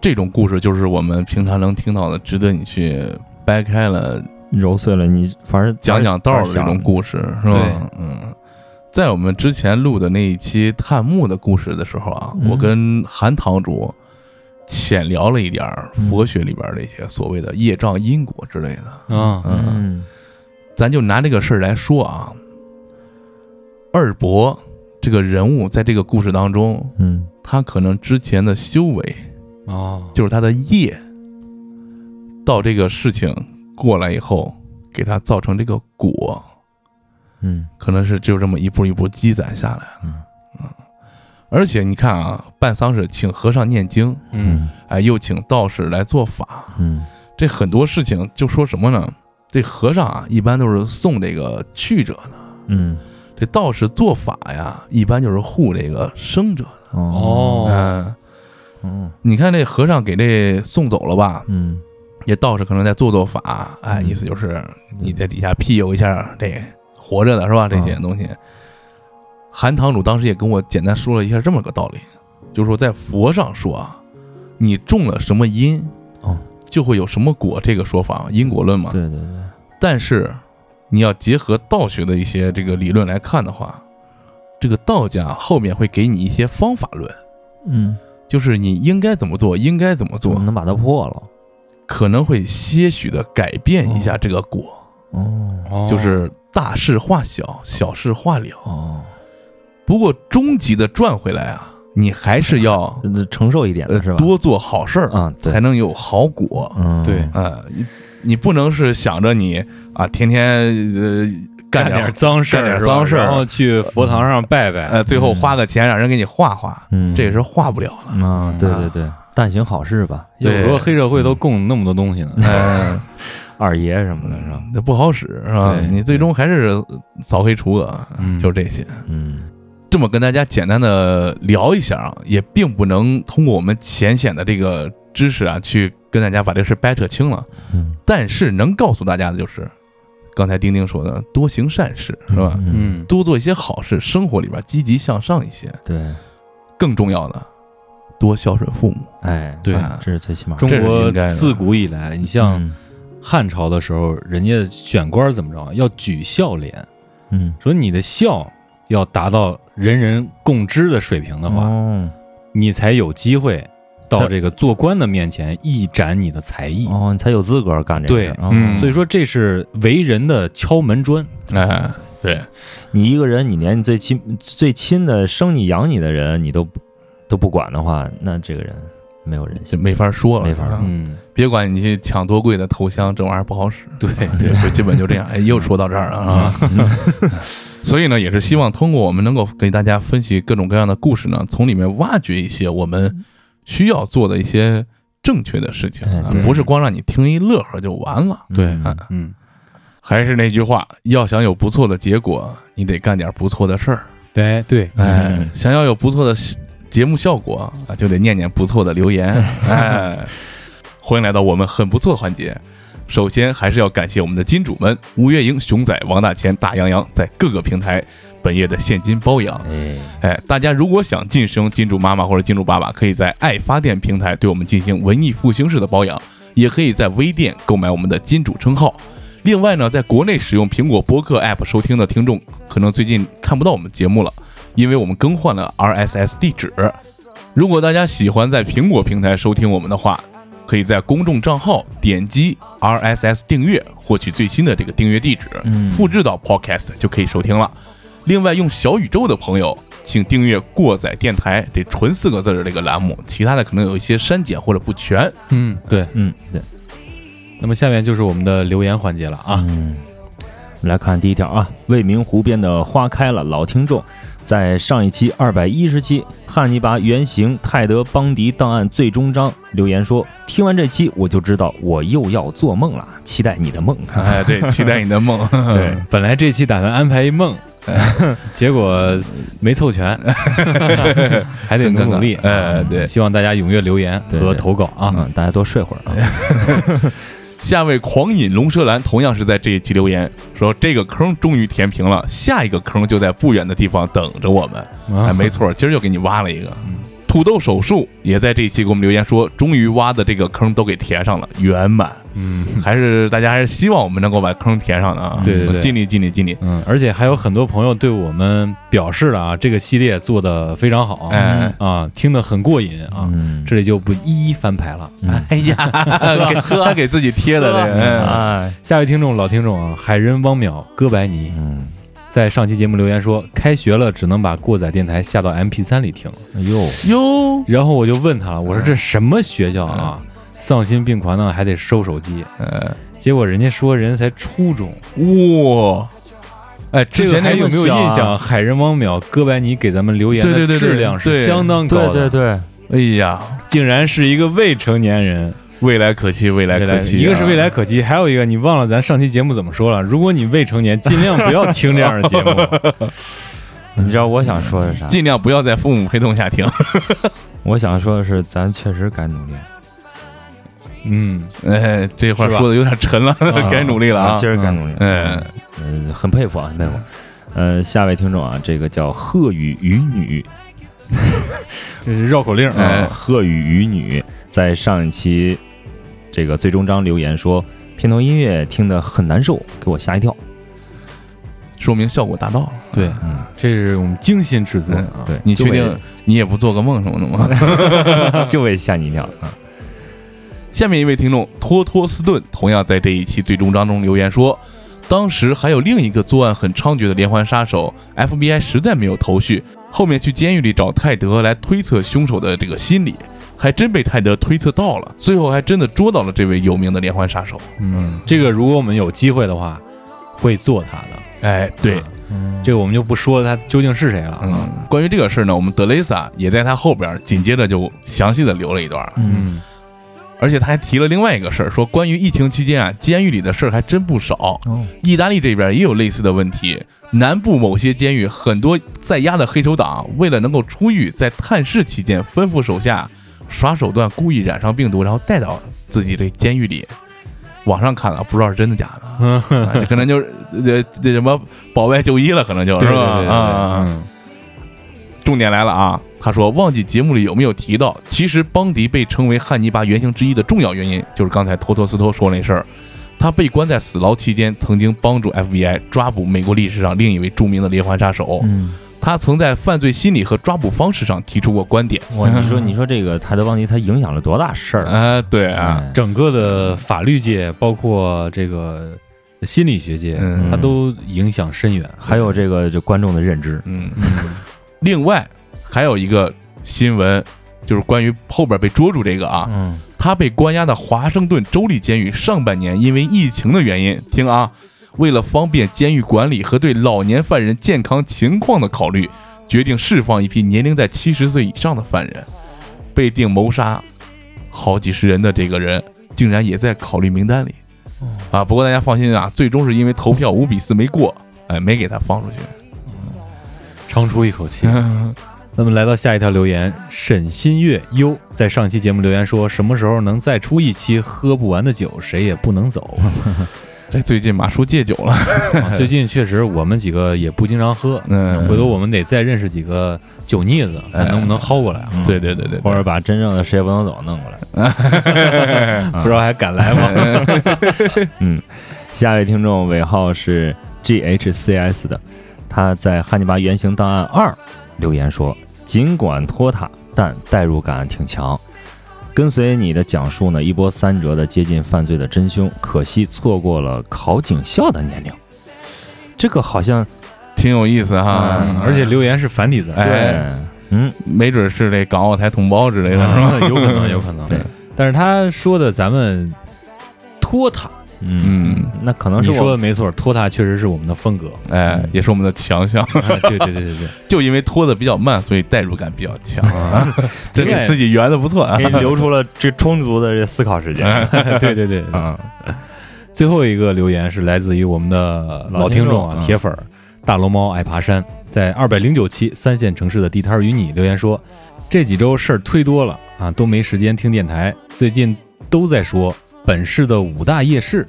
S3: 这种故事就是我们平常能听到的，值得你去掰开了
S5: 揉碎了你，反正
S3: 讲讲道儿的这种
S5: 故，
S3: 故事，是吧？嗯，在我们之前录的那一期探墓的故事的时候啊，
S5: 嗯
S3: 我跟韩堂主浅聊了一点儿佛学里边儿的一些所谓的业障因果之类的。
S4: 啊，
S3: 嗯
S5: 嗯
S3: 咱就拿这个事儿来说啊，二伯这个人物在这个故事当中，
S5: 嗯
S3: 他可能之前的修为
S4: 哦，
S3: 就是他的业，到这个事情过来以后，给他造成这个果，
S5: 嗯
S3: 可能是就这么一步一步积攒下来了。
S5: 嗯
S3: 而且你看啊，办丧事请和尚念经，
S4: 嗯
S3: 哎，又请道士来做法，
S5: 嗯
S3: 这很多事情就说什么呢？这和尚啊，一般都是送这个去者的。
S5: 嗯，
S3: 这道士做法呀，一般就是护这个生者的。
S5: 哦，
S4: 哦，
S3: 嗯，
S5: 嗯
S3: 你看这和尚给这送走了吧？
S5: 嗯
S3: 这道士可能在做做法，哎，
S5: 嗯
S3: 意思就是你在底下庇佑一下这活着的是吧？这
S5: 嗯
S3: 些东西。韩堂主当时也跟我简单说了一下这么个道理，就是说在佛上说啊，你种了什么因，
S5: 哦，
S3: 就会有什么果，这个说法因果论嘛。
S5: 对对对，
S3: 但是你要结合道学的一些这个理论来看的话，这个道家后面会给你一些方法论，
S5: 嗯，
S3: 就是你应该怎么做，应该怎么
S5: 怎么
S3: 做，
S5: 能把它破了？
S3: 可能会些许的改变一下这个果，
S5: 哦
S4: 哦
S3: 就是大事化小，小事化了。
S5: 哦，
S3: 不过终极的赚回来啊，你还是要
S5: 呃承受一点
S3: 呃
S5: 的是吧？
S3: 多做好事儿，
S5: 啊，对
S3: 才能有好果。
S5: 嗯
S4: 对
S3: 呃，你你不能是想着你啊，天天呃干
S4: 点
S3: 点
S4: 儿脏事儿，
S3: 干点儿
S4: 是吧
S3: 脏事儿
S4: 然后去佛堂上拜拜。
S3: 呃，最后花个钱让人给你画画，
S5: 嗯，
S3: 这也是画不了了。
S5: 啊，对对对，但行好事吧，
S4: 有时候
S3: 对
S4: 黑社会都供那么多东西呢，
S3: 嗯，
S5: 二爷什么的是吧？
S3: 那不好使是吧？
S4: 对
S3: 你最终还是扫黑除恶，
S4: 嗯
S3: 就是这些。
S5: 嗯
S3: 这么跟大家简单的聊一下啊，也并不能通过我们浅显的这个知识啊，去跟大家把这事掰扯清了。
S5: 嗯，
S3: 但是能告诉大家的就是，刚才丁丁说的，多行善事是吧？
S5: 嗯，
S4: 嗯，
S3: 多做一些好事，生活里边积极向上一些。
S5: 对，
S3: 更重要的，多孝顺父母。
S5: 哎，
S4: 对
S3: 啊
S5: 这是最起码的
S4: 中
S3: 这是
S4: 国
S3: 应该的
S4: 自古以来，你像
S5: 嗯
S4: 汉朝的时候，人家选官怎么着，要举孝廉，
S5: 嗯
S4: 说你的孝要达到人人共知的水平的话，
S5: 哦
S4: 你才有机会到这个做官的面前一展你的才艺。
S5: 哦，你才有资格干这个事儿。
S4: 对
S5: 哦
S3: 嗯
S4: 所以说，这是为人的敲门砖。
S3: 哎，对，
S5: 你一个人，你连你最亲最亲的生你养你的人，你都不都不管的话，那这个人没有人
S3: 就
S5: 性，
S3: 没法说了，
S5: 没法
S3: 是吧
S4: 嗯，
S3: 别管你去抢多贵的头香，这玩意儿不好使。
S4: 对
S3: 对，就基本就这样。哎，又说到这儿了啊。 所以呢，也是希望通过我们能够给大家分析各种各样的故事呢，从里面挖掘一些我们需要做的一些正确的事情
S5: 哎
S3: 啊
S5: 对，
S3: 不是光让你听一乐呵就完了。
S5: 嗯
S4: 对
S5: 嗯
S4: 嗯，
S3: 还是那句话，要想有不错的结果，你得干点不错的事儿。
S4: 对对，
S3: 哎
S5: 嗯，
S3: 想要有不错的节目效果啊，就得念念不错的留 言。哎，欢迎来到我们很不错环节。首先还是要感谢我们的金主们：吴月英、熊仔、王大千、大洋洋在各个平台本月的现金包养。
S5: 哎，
S3: 哎，大家如果想晋升金主妈妈或者金主爸爸，可以在爱发电平台对我们进行文艺复兴式的包养，也可以在微店购买我们的金主称号。另外呢，在国内使用苹果播客 App 收听的听众，可能最近看不到我们节目了，因为我们更换了 RSS 地址。如果大家喜欢在苹果平台收听我们的话，可以在公众账号点击 RSS 订阅，获取最新的这个订阅地址，
S5: 嗯
S3: 复制到 Podcast 就可以收听了。另外，用小宇宙的朋友，请订阅“过载电台”这纯四个字儿的这个栏目，其他的可能有一些删减或者不全。
S4: 嗯对。
S5: 嗯，对，
S4: 那么下面就是我们的留言环节了啊，
S5: 嗯，我们来看第一条啊，未名湖边的花开了，老听众，在上一期二百一十期《汉尼拔原型泰德邦迪档案最终章》留言说，听完这期我就知道我又要做梦了，期待你的梦。啊
S3: 哎，对，期待你的梦。
S4: 对，本来这期打算安排一梦，结果没凑全，还得努努力。
S3: 很尴尬哎对
S4: 希望大家踊跃留言
S5: 对
S4: 和投稿啊。
S5: 嗯，大家多睡会儿啊。
S3: 下位狂饮龙舌兰同样是在这一期留言说，这个坑终于填平了，下一个坑就在不远的地方等着我们。哎，
S4: 啊嗯
S3: 没错，今儿又给你挖了一个。土豆手术也在这一期给我们留言说，终于挖的这个坑都给填上了，圆满。
S4: 嗯
S3: 还是大家还是希望我们能够把坑填上的啊，
S4: 对对对
S3: 我尽力尽力尽力。
S4: 嗯，而且还有很多朋友对我们表示了啊，这个系列做的非常好
S3: 哎，
S4: 啊，听得很过瘾啊。
S5: 嗯，
S4: 这里就不一一翻牌了。
S3: 哎呀， 给他给自己贴的这
S5: 嗯
S3: 个，
S5: 哎，
S4: 下位听众老听众啊，海人汪淼哥白尼
S5: 嗯，
S4: 在上期节目留言说，开学了只能把过载电台下到 MP 3里听。
S5: 哎呦，
S3: 嗯哟，
S4: 然后我就问他了，我说这什么学校啊？丧心病狂呢，还得收手机。
S3: 嗯呃，
S4: 结果人家说人家才初中，
S3: 哇，哎，
S4: 这
S3: 之
S4: 个
S3: 前
S4: 还
S3: 那
S4: 有
S3: 个
S4: 没有
S5: 小啊
S4: 印象？海人汪淼、哥白尼给咱们留言
S3: 对
S4: 的
S3: 对对对
S4: 质量是
S3: 对
S4: 相当高
S5: 对
S4: 的，
S5: 对对，
S3: 哎呀，
S4: 竟然是一个未成年人。
S3: 未来可期，未来
S4: 未
S3: 可
S4: 来，
S3: 期啊，
S4: 一个是未来可期，还有一个你忘了咱上期节目怎么说了？如果你未成年，尽量不要听这样的节 目。
S5: 你知道我想说的是啥？
S3: 尽量不要在父母陪同下听。
S5: 我想说的是，咱确实该努力了，
S4: 嗯，
S3: 哎，这话
S4: 是吧
S3: 说的有点沉了， 该努力了啊
S5: 确。实该努力了。
S3: 嗯，
S5: 嗯，很佩服啊，很佩服。呃，下位听众啊，这个叫鹤羽鱼女，
S4: 这是绕口令 啊。
S3: 哎
S5: 呃，鹤羽鱼女在上一期这个最终章留言说，片头音乐听得很难受，给我吓一跳。
S3: 说明效果达到了。
S4: 对，
S5: 嗯，
S4: 这是我们精心制作的啊。
S5: 对，
S3: 你
S5: 就
S3: 确
S5: 为
S3: 定你也不做个梦什么的吗？
S5: 就为吓你一跳啊？
S3: 下面一位听众托托斯顿同样在这一期最终章中留言说，当时还有另一个作案很猖獗的连环杀手，FBI 实在没有头绪，后面去监狱里找泰德来推测凶手的这个心理，还真被泰德推测到了，最后还真的捉到了这位有名的连环杀手。
S4: 嗯，这个如果我们有机会的话，会做他的。
S3: 哎，对
S4: 啊，这个我们就不说他究竟是谁了啊。
S3: 嗯，关于这个事儿呢，我们德雷莎也在他后边儿紧接着就详细的留了一段儿，
S4: 嗯
S3: 而且他还提了另外一个事儿，说关于疫情期间啊，监狱里的事儿还真不少。
S5: 哦，
S3: 意大利这边也有类似的问题，南部某些监狱很多在押的黑手党，为了能够出狱，在探视期间吩咐手下耍手段，故意染上病毒，然后带到自己这监狱里。网上看了，不知道是真的假 的，
S4: 嗯，
S3: 啊这可能就是这这什么保外就医了，可能就是
S4: 对
S3: 是
S4: 对
S3: 吧？
S4: 对对，
S3: 啊啊啊
S4: 嗯
S3: 重点来了啊！他说忘记节目里有没有提到，其实邦迪被称为汉尼拔原型之一的重要原因，就是刚才托托斯托说那事儿。他被关在死牢期间，曾经帮助 FBI 抓捕美国历史上另一位著名的连环杀手。
S5: 嗯，
S3: 他曾在犯罪心理和抓捕方式上提出过观点。
S5: 哇，你说你说这个泰德邦迪他影响了多大事儿啊？
S3: 啊，对啊，
S5: 哎
S4: 嗯整个的法律界，包括这个心理学界，
S3: 嗯
S4: 它都影响深远。
S5: 还有这个就观众的认知，
S3: 嗯，另外还有一个新闻就是关于后边被捉住这个啊，
S4: 嗯
S3: 他被关押的华盛顿州立监狱上半年因为疫情的原因，听啊，为了方便监狱管理和对老年犯人健康情况的考虑，决定释放一批年龄在七十岁以上的犯人。被定谋杀好几十人的这个人，竟然也在考虑名单里。啊，不过大家放心啊，最终是因为投票五比四没过，哎，没给他放出去。
S4: 长出一口气。那么来到下一条留言，沈新月优在上期节目留言说，什么时候能再出一期喝不完的酒，谁也不能走。
S3: 这最近马叔戒酒了，
S4: 啊最近确实我们几个也不经常喝，
S3: 嗯
S4: 回头我们得再认识几个酒腻子，看能不能薅过来啊？
S3: 对对对对，
S5: 或者把真正的谁也不能走弄过来。
S4: 不知道还敢来吗？
S5: 下一位听众尾号是 GHCS 的，他在《汉尼拔原型档案二》留言说：“尽管拖沓，但代入感挺强。跟随你的讲述呢，一波三折的接近犯罪的真凶，可惜错过了考警校的年龄。这个好像
S3: 挺有意思哈
S5: 嗯，
S4: 而且留言是繁体字，
S3: 哎
S5: 嗯，
S3: 没准是这港澳台同胞之类的，是吧？
S4: 啊有可能，有可能。
S5: 对，
S4: 但是他说的咱们拖沓，
S5: 嗯
S3: 嗯，
S5: 那可能是
S4: 你
S5: 我
S4: 说的没错，拖沓确实是我们的风格。
S3: 哎，也是我们的强项，
S4: 啊对对对对对，
S3: 就因为拖的比较慢，所以代入感比较强，这
S4: 另外
S3: 给自己圆的不错啊
S5: 给。你留出了这充足的这思考时间。
S4: 对对对
S5: 嗯，
S4: 最后一个留言是来自于我们的老听众啊，
S5: 老听众嗯
S4: 铁粉儿大龙猫爱爬山，在二百零九期三线城市的地摊儿与你留言说，这几周事儿忒多了啊，都没时间听电台，最近都在说本市的五大夜市，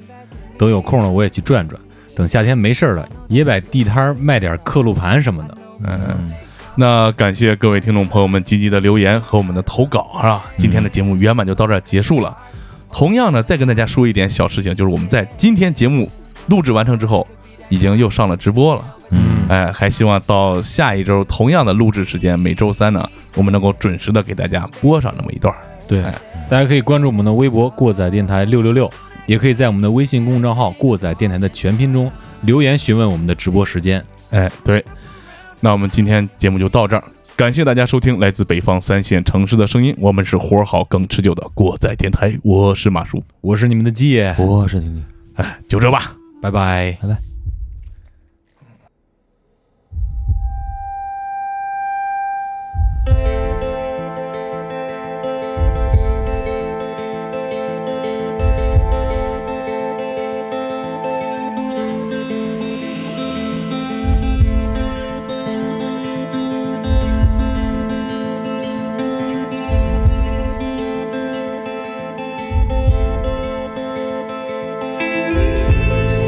S4: 等有空了我也去转转，等夏天没事儿了也摆地摊儿卖点刻录盘什么的。
S3: 嗯， 那感谢各位听众朋友们积极的留言和我们的投稿啊！今天的节目圆满就到这儿结束了。同样呢，再跟大家说一点小事情，就是我们在今天节目录制完成之后，已经又上了直播了。
S5: 嗯，
S3: 哎，还希望到下一周同样的录制时间，每周三呢，我们能够准时的给大家播上那么一段儿。
S4: 对
S3: 哎，
S4: 大家可以关注我们的微博“过载电台六六六”，也可以在我们的微信公众账号“过载电台”的全拼中留言询问我们的直播时间。
S3: 哎，对，那我们今天节目就到这儿，感谢大家收听来自北方三线城市的声音，我们是活儿好更持久的国仔电台，我是马叔，
S4: 我是你们的鸡爷，
S5: 我是婷婷。
S3: 哎，就这吧。
S4: 拜拜。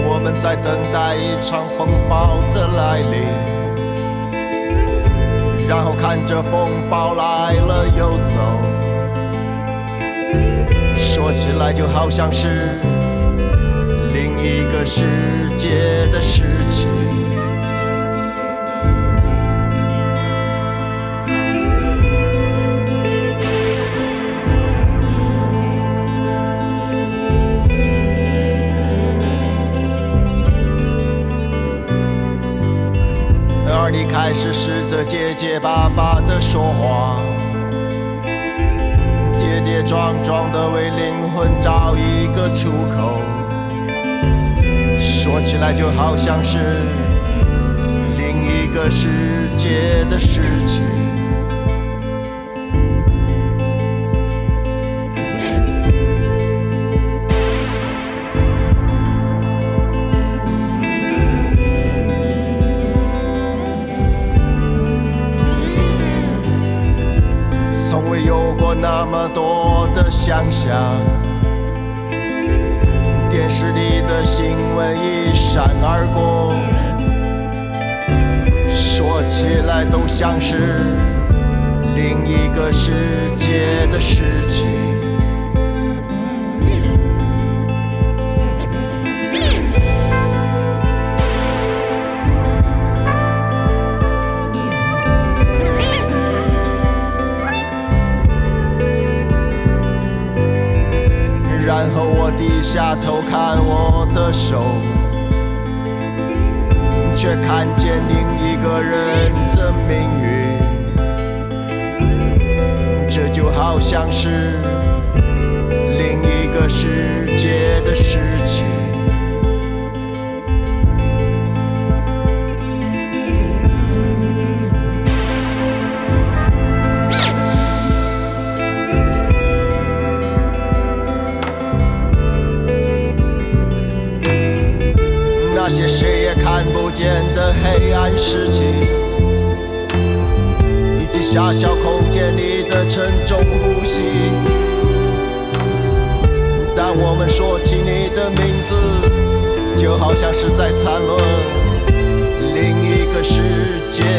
S6: 我们在等待一场风暴的来临，然后看着风暴来了又走。说起来就好像是另一个世界的事情。而你开始试着结结巴巴的说话，跌跌撞撞的为灵魂找一个出口。说起来就好像是另一个世界的事情。从未有过那么多的想象。电视里的新闻一闪而过，说起来都像是另一个世界的事情。然后我低下头看我的手，却看见另一个人的命运。这就好像是另一个世界的事情。那些谁也看不见的黑暗事情，以及狭小空间里的沉重呼吸。当我们说起你的名字，就好像是在谈论另一个世界